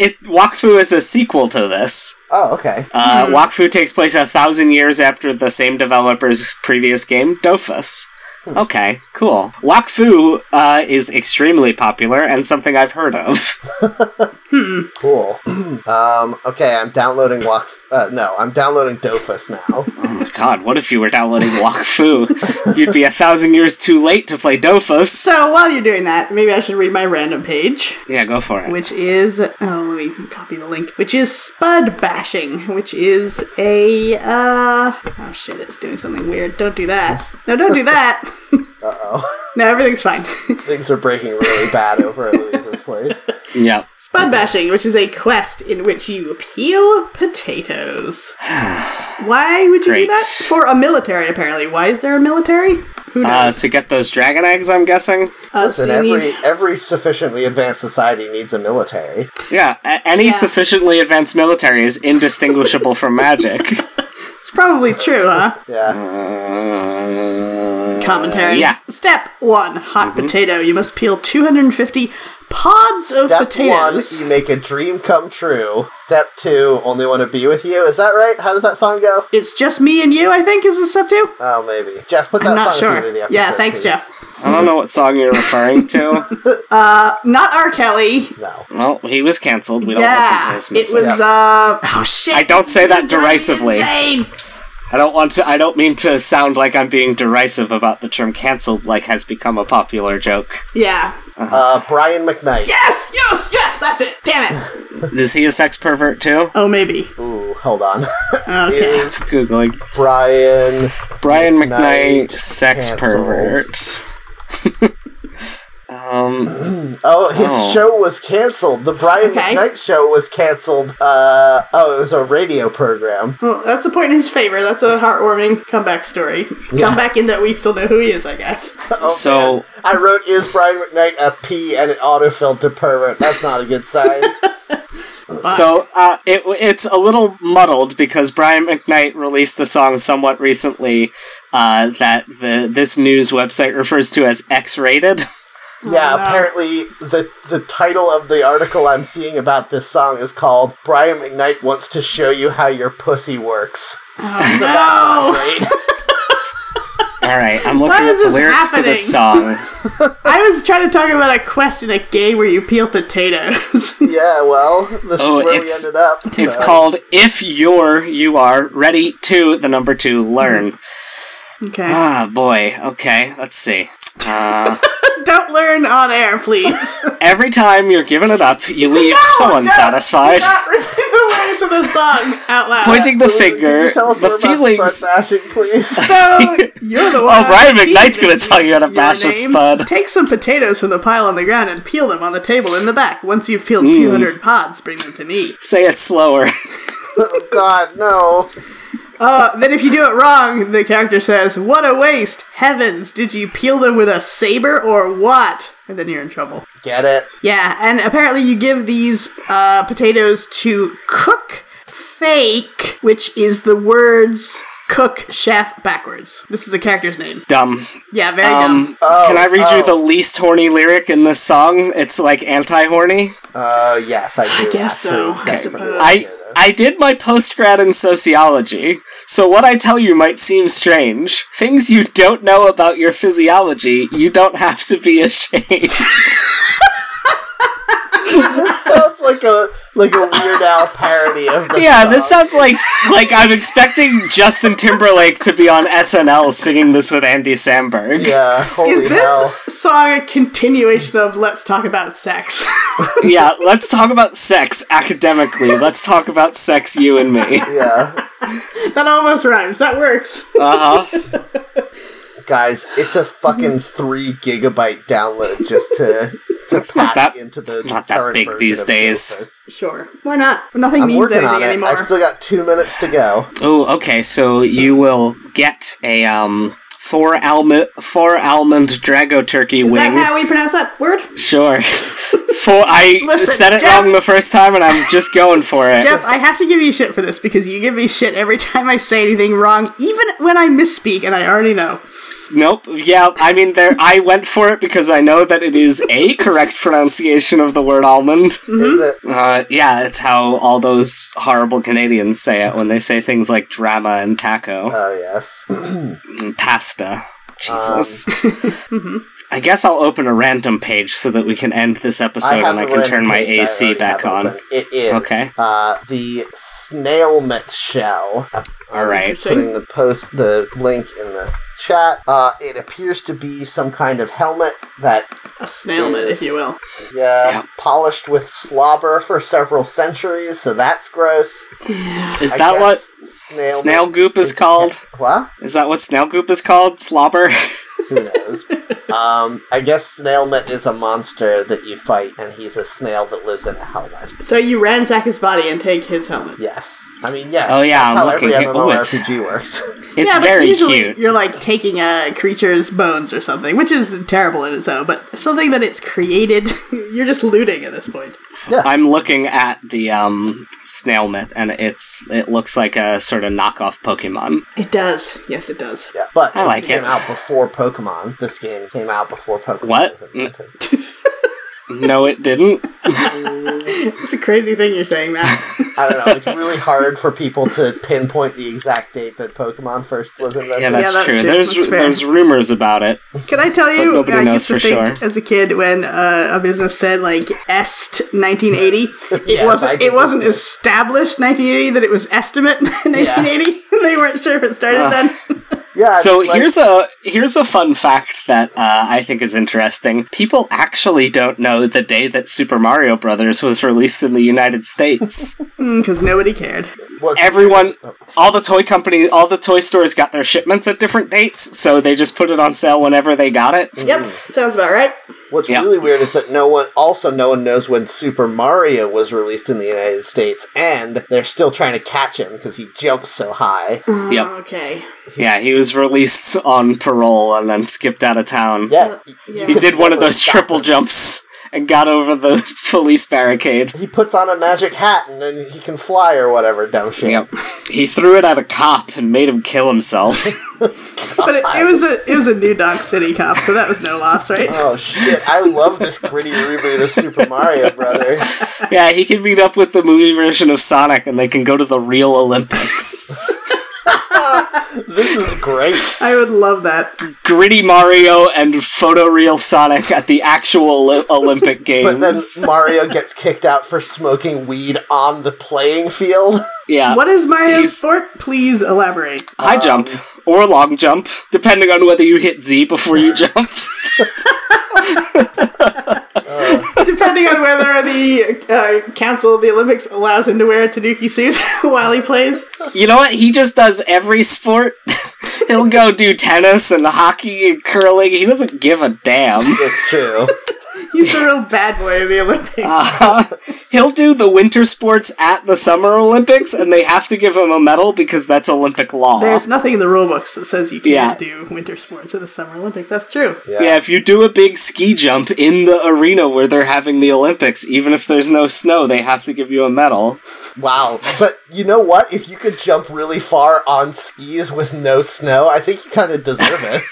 Speaker 2: it Wakfu is a sequel to this.
Speaker 1: okay.
Speaker 2: Uh,
Speaker 3: [laughs] Hmm.
Speaker 2: Wakfu takes place a thousand years after the same developer's previous game, Dofus.
Speaker 1: Hmm.
Speaker 2: Okay, cool. Wakfu uh, is extremely popular and something I've heard
Speaker 3: [laughs]
Speaker 2: of.
Speaker 3: Hmm.
Speaker 1: Cool. [clears throat] um. Okay, I'm downloading Wak. Uh, no, I'm downloading Dofus now. [laughs]
Speaker 2: Oh my god, what if you were downloading Wakfu? You'd be a thousand years too late to play Dofus.
Speaker 3: So while you're doing that, maybe I should read my random page,
Speaker 2: Yeah, go for
Speaker 3: [laughs]
Speaker 2: it.
Speaker 3: which is oh, let me copy the link, which is Spud Bashing, which is a uh oh shit, it's doing something weird. Don't do that. No, don't do
Speaker 2: [laughs]
Speaker 3: that. [laughs]
Speaker 1: Uh oh.
Speaker 3: no, everything's fine. [laughs]
Speaker 1: Things are breaking really bad over at Louise's place.
Speaker 2: Yeah.
Speaker 3: Spud bashing, which is a quest in which you peel
Speaker 2: [sighs]
Speaker 3: potatoes. Why would you do
Speaker 2: Great.
Speaker 3: that? For a military, apparently. Why is there a military? Who
Speaker 2: Uh,
Speaker 3: knows?
Speaker 2: to get those dragon eggs, I'm guessing?
Speaker 3: Uh, so
Speaker 1: Listen,
Speaker 3: you
Speaker 1: every
Speaker 3: need-
Speaker 1: every sufficiently advanced society needs a military.
Speaker 2: Yeah, a- any
Speaker 3: Yeah.
Speaker 2: sufficiently advanced military is indistinguishable from magic.
Speaker 3: [laughs] it's probably true,
Speaker 1: [laughs]
Speaker 3: huh?
Speaker 1: Yeah.
Speaker 3: Mm.
Speaker 2: Uh,
Speaker 3: Commentary.
Speaker 2: Yeah. Mm-hmm.
Speaker 3: Step one: hot potato. You must peel 250 pods of
Speaker 1: Step
Speaker 3: potatoes.
Speaker 1: one, you make a dream come true. Step two, only want to be with you. Is that right? How does that song go?
Speaker 3: it's just me and you. I think is the step two.
Speaker 1: Oh, maybe. Jeff, put that
Speaker 3: I'm not
Speaker 1: song at the end of the
Speaker 3: sure.
Speaker 1: episode.
Speaker 3: Yeah, thanks,
Speaker 1: please.
Speaker 3: Jeff.
Speaker 2: I don't know what song you're referring
Speaker 3: [laughs]
Speaker 2: to.
Speaker 3: Not R. Kelly.
Speaker 1: No.
Speaker 2: Well, he was canceled. We don't
Speaker 3: Yeah,
Speaker 2: listen to
Speaker 3: it
Speaker 2: his
Speaker 3: was.
Speaker 2: music.
Speaker 3: Uh, oh shit!
Speaker 2: I don't say that
Speaker 3: Driving me
Speaker 2: derisively.
Speaker 3: insane.
Speaker 2: I don't want to. I don't mean to sound like I'm being derisive about the term "canceled," like has become a popular joke.
Speaker 3: Yeah,
Speaker 1: Uh, Brian McKnight.
Speaker 3: Yes, yes, yes, that's it. Damn it.
Speaker 2: Is he a sex pervert too?
Speaker 3: [laughs] Oh, maybe.
Speaker 1: Ooh, hold on.
Speaker 3: [laughs] Okay.
Speaker 1: Is
Speaker 2: Googling
Speaker 1: Brian
Speaker 2: Brian
Speaker 1: McKnight
Speaker 2: McKnight, sex
Speaker 1: canceled.
Speaker 2: pervert. [laughs] Um,
Speaker 1: Oh, his
Speaker 2: Oh.
Speaker 1: show was canceled. The Brian
Speaker 3: Okay.
Speaker 1: McKnight show was canceled. Uh, oh, it was a radio program.
Speaker 3: Well, that's a point in his favor. That's a heartwarming comeback story. Comeback in that we still know who he is, I guess.
Speaker 1: Oh,
Speaker 2: so
Speaker 1: man. I wrote, "Is Brian McKnight a P?" and it autofilled to pervert. That's not a good
Speaker 3: [laughs]
Speaker 1: sign.
Speaker 3: Oh,
Speaker 2: so uh, it it's a little muddled because Brian McKnight released the song somewhat recently uh, that the this news website refers to as X-rated. [laughs]
Speaker 1: yeah,
Speaker 3: Oh, no.
Speaker 1: apparently the the title of the article I'm seeing about this song is called "Brian McKnight wants to show you how your pussy works."
Speaker 3: Oh,
Speaker 1: Right?
Speaker 2: All right, I'm
Speaker 3: Why
Speaker 2: looking
Speaker 3: is
Speaker 2: at the
Speaker 3: this
Speaker 2: lyrics to this song.
Speaker 1: [laughs]
Speaker 3: no! I was trying to talk about a quest in a game where you peel potatoes.
Speaker 1: [laughs]
Speaker 3: [laughs]
Speaker 1: yeah, well, this
Speaker 2: Oh,
Speaker 1: is where we
Speaker 2: it's-
Speaker 1: ended up.
Speaker 2: It's
Speaker 1: so.
Speaker 2: called "If You're You Are Ready to the Number Two Learn."
Speaker 1: Mm-hmm.
Speaker 3: okay.
Speaker 2: [gasps] Ah, boy. Okay, let's see. Uh,
Speaker 3: Don't learn on air, please.
Speaker 2: every time you're giving it up, you
Speaker 3: [laughs]
Speaker 2: leave so unsatisfied.
Speaker 3: No, not repeat the words of the song out loud.
Speaker 2: Pointing the
Speaker 1: Can you
Speaker 2: finger,
Speaker 1: tell us more
Speaker 2: the
Speaker 1: about
Speaker 2: feelings.
Speaker 1: Spud bashing, please. [laughs]
Speaker 3: So you're the
Speaker 2: [laughs]
Speaker 3: one.
Speaker 2: Oh, Brian
Speaker 3: who
Speaker 2: McKnight's gonna
Speaker 3: teaches
Speaker 2: tell you how to
Speaker 3: your
Speaker 2: bash a
Speaker 3: name.
Speaker 2: spud.
Speaker 3: Take some potatoes from the pile on the ground and peel them on the table in the back. Once you've peeled 200 pods, bring them to me.
Speaker 2: Say it slower. [laughs]
Speaker 1: oh God, no.
Speaker 3: Uh, then if you do it wrong, the character says, "What a waste! Heavens, did you peel them with a saber or what?" And then you're in trouble.
Speaker 1: Get it?
Speaker 3: Yeah, and apparently you give these uh, potatoes to cook fake, which is the words cook chef backwards. This is the character's name.
Speaker 2: Dumb.
Speaker 3: Yeah, very dumb.
Speaker 2: Um,
Speaker 1: Oh,
Speaker 2: can I read
Speaker 1: oh.
Speaker 2: you the least horny lyric in this song? It's like anti-horny.
Speaker 1: Uh, yes, I do.
Speaker 3: I guess so. I suppose.
Speaker 2: I I did my postgrad in sociology, so what I tell you might seem strange. Things you don't know about your physiology, you don't have to be [laughs] ashamed.
Speaker 1: this [laughs] sounds like a like a Weird Al parody of the
Speaker 2: yeah, this
Speaker 1: song.
Speaker 2: sounds like like I'm expecting Justin Timberlake to be on SNL singing this with Andy Samberg. [laughs]
Speaker 1: Yeah, holy
Speaker 3: Is this
Speaker 1: hell.
Speaker 3: song a continuation of Let's Talk About Sex? [laughs]
Speaker 2: yeah, let's talk about sex academically. Let's talk about sex, you and me.
Speaker 1: Yeah,
Speaker 3: that almost rhymes. That works.
Speaker 2: Uh
Speaker 1: Uh-huh.
Speaker 2: [laughs] huh.
Speaker 1: guys, it's a
Speaker 2: [laughs]
Speaker 1: fucking three gigabyte download just to to
Speaker 2: It's not
Speaker 1: patch
Speaker 2: that-
Speaker 1: into the
Speaker 2: it's not that
Speaker 1: current
Speaker 2: big
Speaker 1: version
Speaker 2: these
Speaker 1: of
Speaker 2: days.
Speaker 1: Surface.
Speaker 3: Sure. Why not? Nothing
Speaker 1: I'm
Speaker 3: means
Speaker 1: working
Speaker 3: anything
Speaker 1: on it.
Speaker 3: anymore.
Speaker 1: I've still got two minutes to go.
Speaker 2: Oh, okay. So you will get a um four almond four almond drago turkey
Speaker 3: Is
Speaker 2: wing.
Speaker 3: that how we pronounce that word?
Speaker 2: Sure. For I
Speaker 3: [laughs] Listen,
Speaker 2: said it
Speaker 3: Jeff-
Speaker 2: wrong the first time, and I'm just going for it.
Speaker 3: Jeff, I have to give you shit for this because you give me shit every [laughs] time I say anything wrong, even when I misspeak and I already know.
Speaker 2: Nope. Yeah, I mean, there. I went for it because I know that it is a correct pronunciation of the word almond.
Speaker 1: Is it?
Speaker 2: Uh, yeah, it's how all those horrible Canadians say it when they say things like drama and taco
Speaker 1: Oh yes.
Speaker 2: and pasta. Jesus. [laughs] I guess I'll open a random page so that we can end this episode and I
Speaker 1: the
Speaker 2: can
Speaker 1: red
Speaker 2: turn my
Speaker 1: page I
Speaker 2: AC
Speaker 1: already
Speaker 2: back
Speaker 1: have
Speaker 2: on.
Speaker 1: open. It is
Speaker 2: Okay.
Speaker 1: Uh, the snail mix shell. I'm
Speaker 2: All right.
Speaker 1: Putting the post the link in the chat. Uh, it appears to be some kind of helmet that
Speaker 3: A snailman,
Speaker 1: Yes.
Speaker 3: if you will.
Speaker 1: uh,
Speaker 2: Yeah.
Speaker 1: polished with slobber for several centuries. So that's gross.
Speaker 2: Is
Speaker 1: I
Speaker 2: that
Speaker 1: guess
Speaker 2: what
Speaker 1: snail
Speaker 2: snail
Speaker 1: mix [laughs]
Speaker 2: goop is called?
Speaker 1: What?
Speaker 2: Is that what snail goop is called? Slobber? [laughs]
Speaker 1: Who knows? um, I guess Snailmet is a monster that you fight, and he's a snail that lives in a helmet.
Speaker 3: So you ransack his body and take his helmet.
Speaker 1: Yes. I mean, yes.
Speaker 2: Oh, yeah,
Speaker 1: That's how
Speaker 2: I'm looking
Speaker 1: every
Speaker 2: here- oh, it's-
Speaker 1: MMORPG works. [laughs]
Speaker 2: It's
Speaker 3: yeah, but
Speaker 2: very
Speaker 3: usually
Speaker 2: cute.
Speaker 3: You're [laughs] like taking a creature's bones or something, which is terrible in its own, but something that it's created, [laughs] you're just looting at this point.
Speaker 2: I'm looking at the um, snail mitt, and it's it looks like a sort of knockoff Pokemon.
Speaker 3: It does. Yes, it does.
Speaker 1: Yeah, but
Speaker 2: I like
Speaker 1: came
Speaker 2: it.
Speaker 1: out before Pokemon. This game came out before Pokemon.
Speaker 2: What?
Speaker 1: was invented.
Speaker 2: No, it didn't.
Speaker 3: It's a crazy thing you're saying, Matt.
Speaker 1: I don't know. It's really hard for people to pinpoint the exact date that Pokemon first was invented.
Speaker 2: Yeah, that's,
Speaker 3: that's
Speaker 2: true.
Speaker 3: true.
Speaker 2: There's
Speaker 3: That's fair.
Speaker 2: there's rumors about it.
Speaker 3: Can I tell
Speaker 2: But
Speaker 3: you?
Speaker 2: nobody
Speaker 3: I
Speaker 2: knows
Speaker 3: used to
Speaker 2: for
Speaker 3: think
Speaker 2: sure.
Speaker 3: as a kid when uh, a business said like est 1980,
Speaker 1: [laughs]
Speaker 3: it
Speaker 1: Yes, I
Speaker 3: wasn't
Speaker 1: did
Speaker 3: it wasn't
Speaker 1: too.
Speaker 3: established 1980 that it was estimate [laughs] 1980. [laughs] they weren't sure if it started
Speaker 2: Ugh.
Speaker 3: then. [laughs]
Speaker 1: Yeah,
Speaker 2: So
Speaker 1: like,
Speaker 2: here's a here's a fun fact that uh, I think is interesting. People actually don't know the day that Super Mario Brothers was released in the
Speaker 1: [laughs]
Speaker 2: United States.
Speaker 3: because Hmm, nobody cared.
Speaker 1: what-
Speaker 2: Everyone, all the toy company, all the toy stores got their shipments at different dates, so they just put it on sale whenever they got it.
Speaker 3: Yep, sounds about right.
Speaker 1: What's
Speaker 2: Yeah.
Speaker 1: really weird is that no one, also no one knows when Super Mario was released in the United States, and they're still trying to catch him because he jumps so high.
Speaker 3: Uh,
Speaker 2: Yep.
Speaker 1: [laughs]
Speaker 3: Okay.
Speaker 2: Yeah, he was released on parole and then skipped out of town.
Speaker 1: Yeah,
Speaker 3: Yeah.
Speaker 2: He did one of those
Speaker 1: Stop
Speaker 2: triple
Speaker 1: him.
Speaker 2: jumps and got over the [laughs] police barricade.
Speaker 1: he puts on a magic hat and then he can fly or whatever dumb shit.
Speaker 2: Yep. He threw it at a cop and made him kill himself.
Speaker 1: [laughs]
Speaker 3: But it, it was a it was a New Dog City cop, so that was no loss, right?
Speaker 1: [laughs] Oh shit! I love this gritty reboot of Super Mario
Speaker 2: [laughs]
Speaker 1: Brothers.
Speaker 2: yeah, he can meet up with the movie version of Sonic and they can go to the real Olympics.
Speaker 1: This is great.
Speaker 3: I would love that.
Speaker 2: Gritty Mario and photoreal Sonic at the actual Oli- Olympic
Speaker 1: But then [laughs]
Speaker 2: Games.
Speaker 1: Mario gets kicked out for smoking weed on the playing field. [laughs]
Speaker 2: yeah.
Speaker 3: What is Mario's
Speaker 2: he's-
Speaker 3: sport? Please elaborate. [laughs]
Speaker 2: High jump or long jump, depending on whether you hit Z before you jump.
Speaker 3: Depending on whether the uh, Council of the Olympics allows him to wear a Tanuki suit [laughs] while he plays.
Speaker 2: You know what? He just does every sport. [laughs] He'll go do tennis and hockey and curling. He doesn't give a
Speaker 1: [laughs]
Speaker 2: damn.
Speaker 1: It's true.
Speaker 3: He's the real bad boy of the Olympics.
Speaker 2: Uh, he'll do the winter sports at the Summer Olympics, and they have to give him a medal because that's Olympic law.
Speaker 3: There's nothing in the rule books that says you can't
Speaker 2: Yeah.
Speaker 3: do winter sports at the Summer Olympics. That's true.
Speaker 2: yeah, if you do a big ski jump in the arena where they're having the Olympics, even if there's no snow, they have to give you a medal.
Speaker 1: Wow. But you know what? If you could jump really far on skis with no snow, I think you kind of deserve [laughs] it.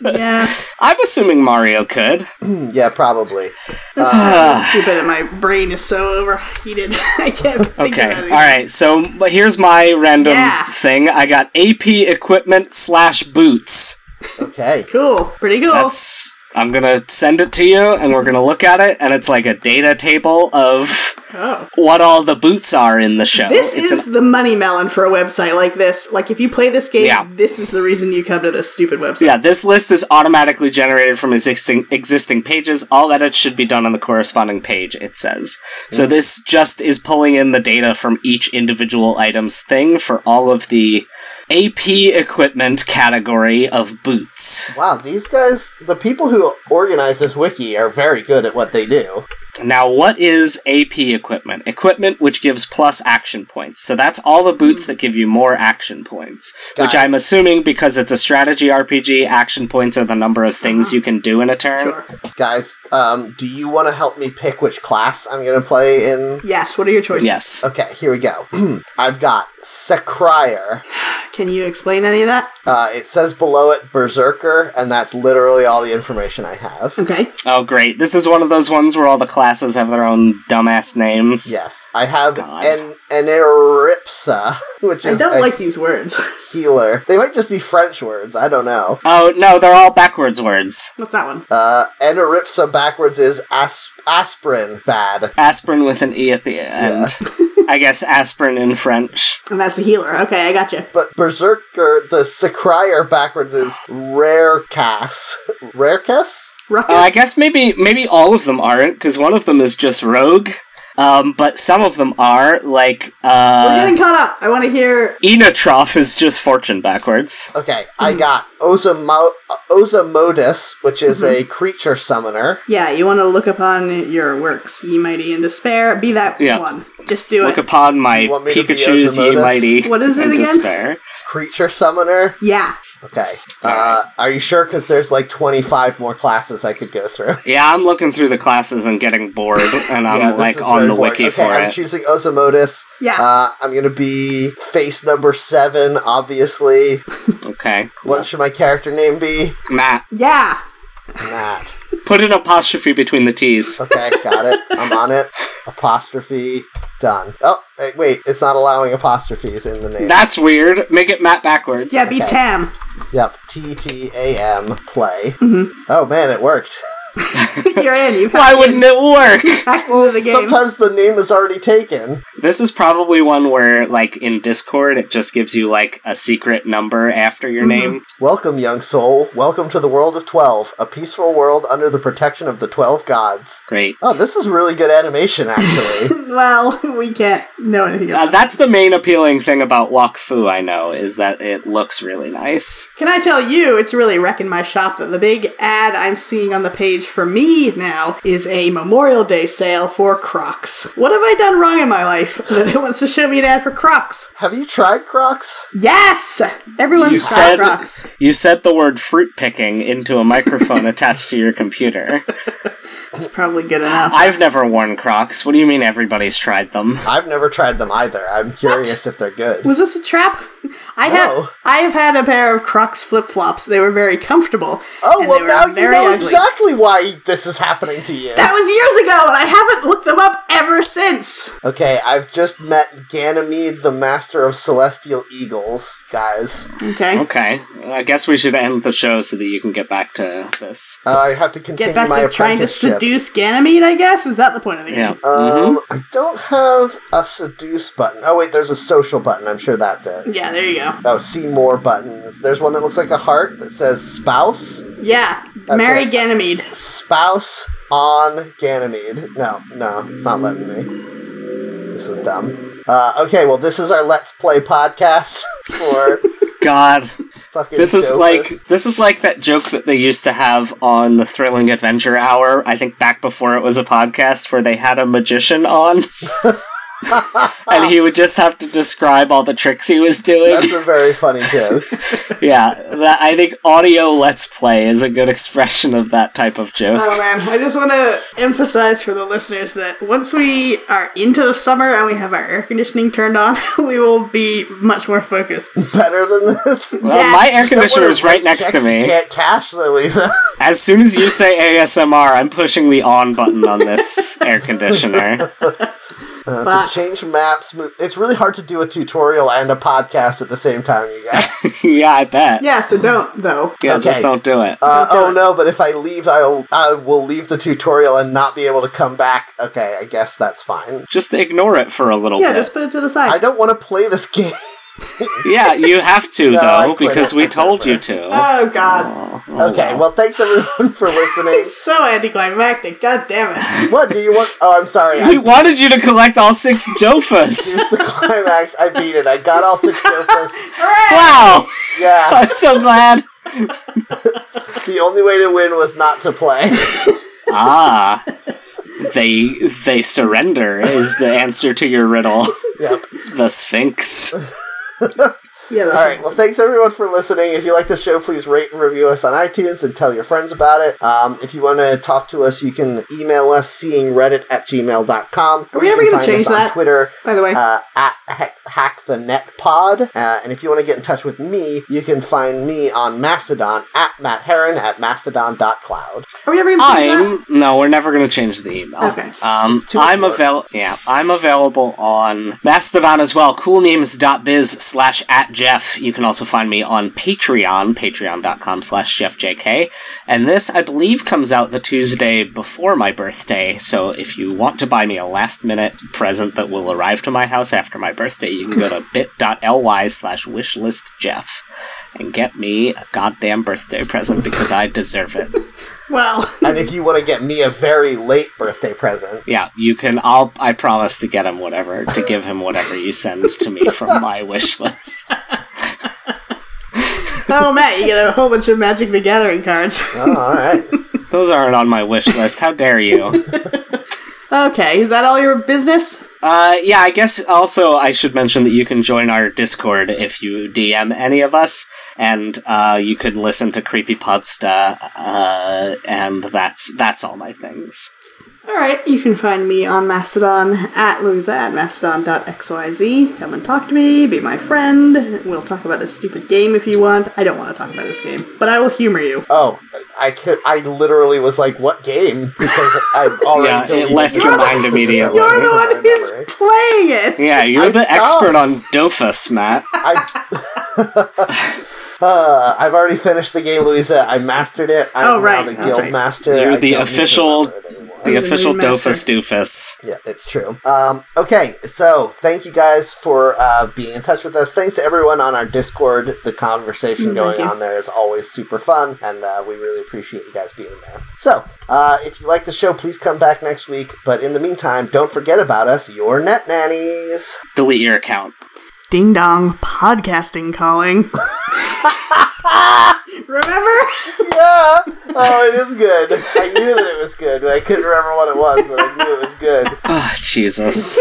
Speaker 3: Yeah.
Speaker 2: I'm assuming Mario could.
Speaker 1: Hmm, yeah, probably.
Speaker 3: Stupid, and my brain is so overheated. [laughs] I can't think
Speaker 2: Okay,
Speaker 3: about it.
Speaker 2: all right. So but here's my random
Speaker 3: Yeah.
Speaker 2: thing. I got AP equipment slash boots.
Speaker 1: Okay.
Speaker 3: Cool. Pretty cool.
Speaker 2: That's. I'm gonna send it to you, and we're gonna look at it, and it's like a data table of
Speaker 3: oh.
Speaker 2: what all the boots are in the show.
Speaker 3: This
Speaker 2: It's
Speaker 3: is
Speaker 2: an-
Speaker 3: the money melon for a website like this. Like, if you play this game,
Speaker 2: Yeah.
Speaker 3: this is the reason you come to this stupid website.
Speaker 2: yeah, this list is automatically generated from existing existing pages. All edits should be done on the corresponding page. It says so.
Speaker 1: Hmm.
Speaker 2: This just is pulling in the data from each individual item's thing for all of the AP equipment category of boots.
Speaker 1: Wow, these guys, the people who organize this wiki are very good at what they do.
Speaker 2: Now, what is AP equipment? Equipment which gives plus action points. So that's all the boots that give you more action points. Which
Speaker 1: Hmm. Got it.
Speaker 2: I'm assuming because it's a strategy RPG, action points are the number of
Speaker 1: Uh-huh.
Speaker 2: things you can do in a turn.
Speaker 3: Sure.
Speaker 1: Guys, um, do you want to help me pick which class I'm going to play in?
Speaker 3: Yes. What are your choices?
Speaker 2: Yes.
Speaker 1: Okay, here we go. [clears throat] I've got Secrier.
Speaker 3: Can you explain any of that?
Speaker 1: Uh, it says below it Berserker, and that's literally all the information I
Speaker 3: [laughs]
Speaker 1: have.
Speaker 3: Okay.
Speaker 2: Oh, great. This is one of those ones where all the classes have their own dumbass names.
Speaker 1: Yes, I have
Speaker 2: God.
Speaker 1: an Eneripsa, [laughs] which
Speaker 3: I
Speaker 1: is
Speaker 3: don't
Speaker 1: a
Speaker 3: like these words. [laughs]
Speaker 1: healer. They might just be French words. I don't know.
Speaker 2: Oh, no, they're all backwards words.
Speaker 3: What's that one?
Speaker 1: Uh, Eneripsa backwards is as- aspirin bad.
Speaker 2: Aspirin with an E at the end. [laughs] I guess aspirin in French.
Speaker 3: And that's a healer. Okay, I got you.
Speaker 1: But Berserker, the Sacrier backwards is rare [laughs] cas. Rare cas?
Speaker 3: Ruckus.
Speaker 2: Uh, I guess maybe maybe all of them aren't because one of them is just rogue, um, but some of them are like
Speaker 3: We're
Speaker 2: uh,
Speaker 3: getting caught up. I want to hear.
Speaker 2: Enotroff is just fortune backwards.
Speaker 1: Okay, I
Speaker 3: Hmm.
Speaker 1: got Ozamo- Ozamodus, which is
Speaker 3: Mm-hmm.
Speaker 1: a creature summoner.
Speaker 3: Yeah, you want to look upon your works, ye mighty in despair. Be that
Speaker 2: Yeah.
Speaker 3: one. Just do
Speaker 2: Look
Speaker 3: it.
Speaker 2: upon my
Speaker 1: You want me to be
Speaker 2: Pikachu's ye
Speaker 1: Ozymandias?
Speaker 2: mighty.
Speaker 3: What is it
Speaker 2: and
Speaker 3: again?
Speaker 2: Despair.
Speaker 1: Creature summoner?
Speaker 3: yeah.
Speaker 1: Okay. Uh, are you sure? Because there's like 25 more classes I could go through.
Speaker 2: Yeah, I'm looking through the classes and getting bored,
Speaker 1: [laughs]
Speaker 2: and I'm
Speaker 1: Yeah, this
Speaker 2: like
Speaker 1: is
Speaker 2: on
Speaker 1: very
Speaker 2: the
Speaker 1: boring.
Speaker 2: wiki
Speaker 1: okay,
Speaker 2: for
Speaker 1: I'm
Speaker 2: it.
Speaker 1: choosing Ozamodus.
Speaker 3: Yeah.
Speaker 1: Uh, I'm gonna be face number seven, obviously.
Speaker 2: okay, cool.
Speaker 1: What should my character name be?
Speaker 2: Matt,
Speaker 3: Yeah.
Speaker 1: Matt.
Speaker 2: put an apostrophe between the T's.
Speaker 1: Okay, got it. I'm on it. Apostrophe done. Oh, eh, wait, it's not allowing apostrophes in the name.
Speaker 2: That's weird. Make it Matt backwards.
Speaker 3: Yeah, be
Speaker 1: Okay.
Speaker 3: Tam. [laughs]
Speaker 1: yep. T T A M play.
Speaker 3: Mm-hmm.
Speaker 1: Oh man, it worked.
Speaker 3: You're in. You've
Speaker 2: Why wouldn't it work? [laughs]
Speaker 3: back into the game.
Speaker 1: Sometimes the name is already taken.
Speaker 2: This is probably one where, like, in Discord, it just gives you, like, a secret number after your name.
Speaker 1: Welcome, young soul. Welcome to the world of twelve, a peaceful world under the protection of the twelve gods.
Speaker 2: Great.
Speaker 1: Oh, this is really good animation,
Speaker 3: [laughs]
Speaker 1: actually.
Speaker 3: [laughs] well, we can't know anything
Speaker 2: Uh,
Speaker 3: about
Speaker 2: that's the main appealing thing about Wok Fu, I know, is that it looks really nice.
Speaker 3: Can I tell you, it's really wrecking my shop that the big ad I'm seeing on the page for me see now is a Memorial Day sale for Crocs. What have I done wrong in my life [laughs] that it wants to show me an ad for Crocs?
Speaker 1: Have you tried Crocs?
Speaker 3: Yes! Everyone's
Speaker 2: You
Speaker 3: tried
Speaker 2: said
Speaker 3: Crocs.
Speaker 2: you said the word fruit picking into a microphone attached to your computer.
Speaker 3: It's probably good enough.
Speaker 2: I've never worn Crocs. What do you mean everybody's tried them?
Speaker 1: I've never tried them either. I'm curious if they're good.
Speaker 3: Was this a trap? [laughs] I
Speaker 1: No.
Speaker 3: have I have had a pair of Crocs flip flops. They were very comfortable.
Speaker 1: oh,
Speaker 3: and
Speaker 1: well,
Speaker 3: they were
Speaker 1: now you
Speaker 3: very
Speaker 1: know
Speaker 3: ugly.
Speaker 1: exactly why this is happening to you.
Speaker 3: That was years ago, and I haven't looked them up ever since.
Speaker 1: okay, I've just met Ganymede, the master of celestial eagles, guys.
Speaker 3: Okay.
Speaker 2: Okay, I guess we should end the show so that you can get back to this.
Speaker 1: Uh, I have to continue
Speaker 3: Get back
Speaker 1: my
Speaker 3: to trying to
Speaker 1: apprenticeship.
Speaker 3: seduce Mm-hmm. Ganymede, I guess? Is that the point of the
Speaker 2: Yeah. Mm-hmm.
Speaker 3: game?
Speaker 1: Um, I don't have a seduce button. Oh wait, there's a social button. I'm sure that's it.
Speaker 3: Yeah, there you go.
Speaker 1: Oh, see more buttons. There's one that looks like a heart that says spouse.
Speaker 3: Yeah. Marry
Speaker 1: it.
Speaker 3: Ganymede.
Speaker 1: Spouse on Ganymede. No, no, it's not letting me. This is dumb. Uh, okay, well, this is our Let's Play podcast [laughs]
Speaker 2: [laughs]
Speaker 1: for
Speaker 2: God,
Speaker 1: fucking.
Speaker 2: this is
Speaker 1: dopest.
Speaker 2: like this is like that joke that they used to have on the Thrilling Adventure Hour. I think back before it was a podcast, where they had a
Speaker 1: [laughs]
Speaker 2: magician on, and he would just have to describe all the tricks he was doing.
Speaker 1: That's a very funny
Speaker 2: [laughs]
Speaker 1: joke.
Speaker 2: yeah, that, I think audio let's play is a good expression of that type of joke.
Speaker 3: Oh man, I just want to emphasize for the listeners that once we are into the summer and we have our air conditioning turned on, [laughs] we will be much more focused.
Speaker 1: Better than this.
Speaker 2: Well, my air
Speaker 3: yes.
Speaker 2: conditioner is right next to
Speaker 1: Checks you
Speaker 2: me.
Speaker 1: Can't cash, though, Lisa. [laughs]
Speaker 2: As soon as you say ASMR, I'm pushing the on button on this air
Speaker 1: [laughs]
Speaker 2: conditioner.
Speaker 1: Uh,
Speaker 3: Fuck.
Speaker 1: to change maps, move. it's really hard to do a tutorial and a podcast at the same time, you guys.
Speaker 2: yeah, I bet.
Speaker 3: Yeah, so don't though.
Speaker 2: Yeah,
Speaker 1: Okay.
Speaker 2: just don't do it.
Speaker 1: Uh,
Speaker 3: Don't do
Speaker 1: oh
Speaker 3: it.
Speaker 1: no! But if I leave, I'll I will leave the tutorial and not be able to come back. Okay, I guess that's fine.
Speaker 2: just ignore it for a little
Speaker 3: Yeah,
Speaker 2: bit.
Speaker 3: just put it to the
Speaker 1: I
Speaker 3: side.
Speaker 1: don't want to play this [laughs] game.
Speaker 2: Yeah, you have
Speaker 1: [laughs]
Speaker 2: to
Speaker 1: No, I
Speaker 2: though,
Speaker 1: quit. Uh,
Speaker 2: because we told you to.
Speaker 3: Oh god,
Speaker 2: Oh, oh,
Speaker 1: Okay, well, thanks everyone for
Speaker 3: [laughs]
Speaker 1: listening.
Speaker 3: it's so anticlimactic. God damn it.
Speaker 1: what do you want? Oh, I'm sorry.
Speaker 2: we
Speaker 1: I
Speaker 2: wanted you to collect all six
Speaker 1: [laughs]
Speaker 2: dofus.
Speaker 1: missed the climax. I beat it. I got all six
Speaker 3: [laughs]
Speaker 1: dofus.
Speaker 3: Hooray!
Speaker 2: wow,
Speaker 1: Yeah,
Speaker 2: I'm so glad.
Speaker 1: the only way to win was not to
Speaker 3: [laughs]
Speaker 1: play.
Speaker 2: Ah, they they surrender is the answer to your riddle. [laughs]
Speaker 1: Yep.
Speaker 2: The Sphinx.
Speaker 3: Yeah, that's
Speaker 1: All right. Well, thanks everyone for listening. If you like the show, please rate and review us on iTunes and tell your friends about it. Um, if you want to talk to us, you can email us seeingreddit at gmail.com.
Speaker 3: Are we ever gonna change that?
Speaker 1: Twitter.
Speaker 3: By the way,
Speaker 1: uh, at hack, hack the net pod. Uh, and if you want to get in touch with me, you can find me on Mastodon at Matt Heron at mastodon.cloud.
Speaker 3: are we ever gonna change that?
Speaker 2: I'm no, we're never going to change the email.
Speaker 3: Okay.
Speaker 2: Um,
Speaker 1: too
Speaker 2: I'm
Speaker 1: important.
Speaker 2: avail. Yeah, I'm available on Mastodon as well. Coolnames.biz slash at Jeff. You can also find me on Patreon, patreon.com slash JeffJK. And this, I believe, comes out the Tuesday before my birthday. So if you want to buy me a last minute present that will arrive to my house after my birthday, you can go to bit.ly slash wishlistjeff and get me a goddamn birthday present because I deserve it.
Speaker 3: Well, [laughs]
Speaker 1: And if you want to get me a very late birthday present,
Speaker 2: Yeah, you can. I'll. I promise to get him whatever, to give him whatever you send to me
Speaker 3: [laughs]
Speaker 2: from my wish list.
Speaker 3: oh Matt, you get a whole bunch of Magic the Gathering cards. [laughs]
Speaker 1: oh, all
Speaker 2: [laughs]
Speaker 1: right.
Speaker 2: Those aren't on my wish list. How dare you?
Speaker 3: okay, is that all your business?
Speaker 2: Uh, yeah, I guess also I should mention that you can join our Discord if you DM any of us, and uh, you can listen to Creepypasta, uh, and that's that's all my things.
Speaker 3: All right, you can find me on Mastodon at Louisa at mastodon.xyz. Come and talk to me, be my friend. We'll talk about this stupid game if you want. I don't want to talk about this game, but I will humor you.
Speaker 1: Oh, I could. I literally was like, "What game?" Because I've already
Speaker 2: [laughs] Yeah, it
Speaker 1: deleted
Speaker 2: left
Speaker 1: the
Speaker 2: your
Speaker 1: game.
Speaker 2: mind
Speaker 1: Oh,
Speaker 2: immediately.
Speaker 3: You're the one
Speaker 1: [laughs]
Speaker 3: who's
Speaker 1: Memory.
Speaker 3: playing
Speaker 2: [laughs]
Speaker 3: it!
Speaker 2: Yeah, you're
Speaker 1: I
Speaker 2: the
Speaker 1: stopped.
Speaker 2: expert on Dofus, Matt.
Speaker 1: I,
Speaker 3: [laughs]
Speaker 1: [laughs] uh, I've already finished the game, Louisa. I mastered it. I'm
Speaker 3: Oh,
Speaker 1: now
Speaker 3: right,
Speaker 1: the
Speaker 3: that's
Speaker 1: guild
Speaker 3: right.
Speaker 1: master.
Speaker 2: You're
Speaker 1: I
Speaker 2: the
Speaker 1: don't need to
Speaker 2: official-
Speaker 1: remember it anymore.
Speaker 2: The
Speaker 3: You're the
Speaker 2: official
Speaker 3: new master.
Speaker 2: Dofus Doofus.
Speaker 1: Yeah, it's true. Um, okay, so thank you guys for uh, being in touch with us. Thanks to everyone on our Discord. The conversation
Speaker 3: Mm,
Speaker 1: going
Speaker 3: thank you.
Speaker 1: on there is always super fun, and uh, we really appreciate you guys being there. So, uh, if you like the show, please come back next week. But in the meantime, don't forget about us, your net nannies.
Speaker 2: Delete your account.
Speaker 3: Ding dong, podcasting calling. [laughs] Remember?
Speaker 1: yeah. Oh, it is good. I knew that it was good, but I couldn't remember what it was, but I knew it was good.
Speaker 2: Oh, Ah, Jesus.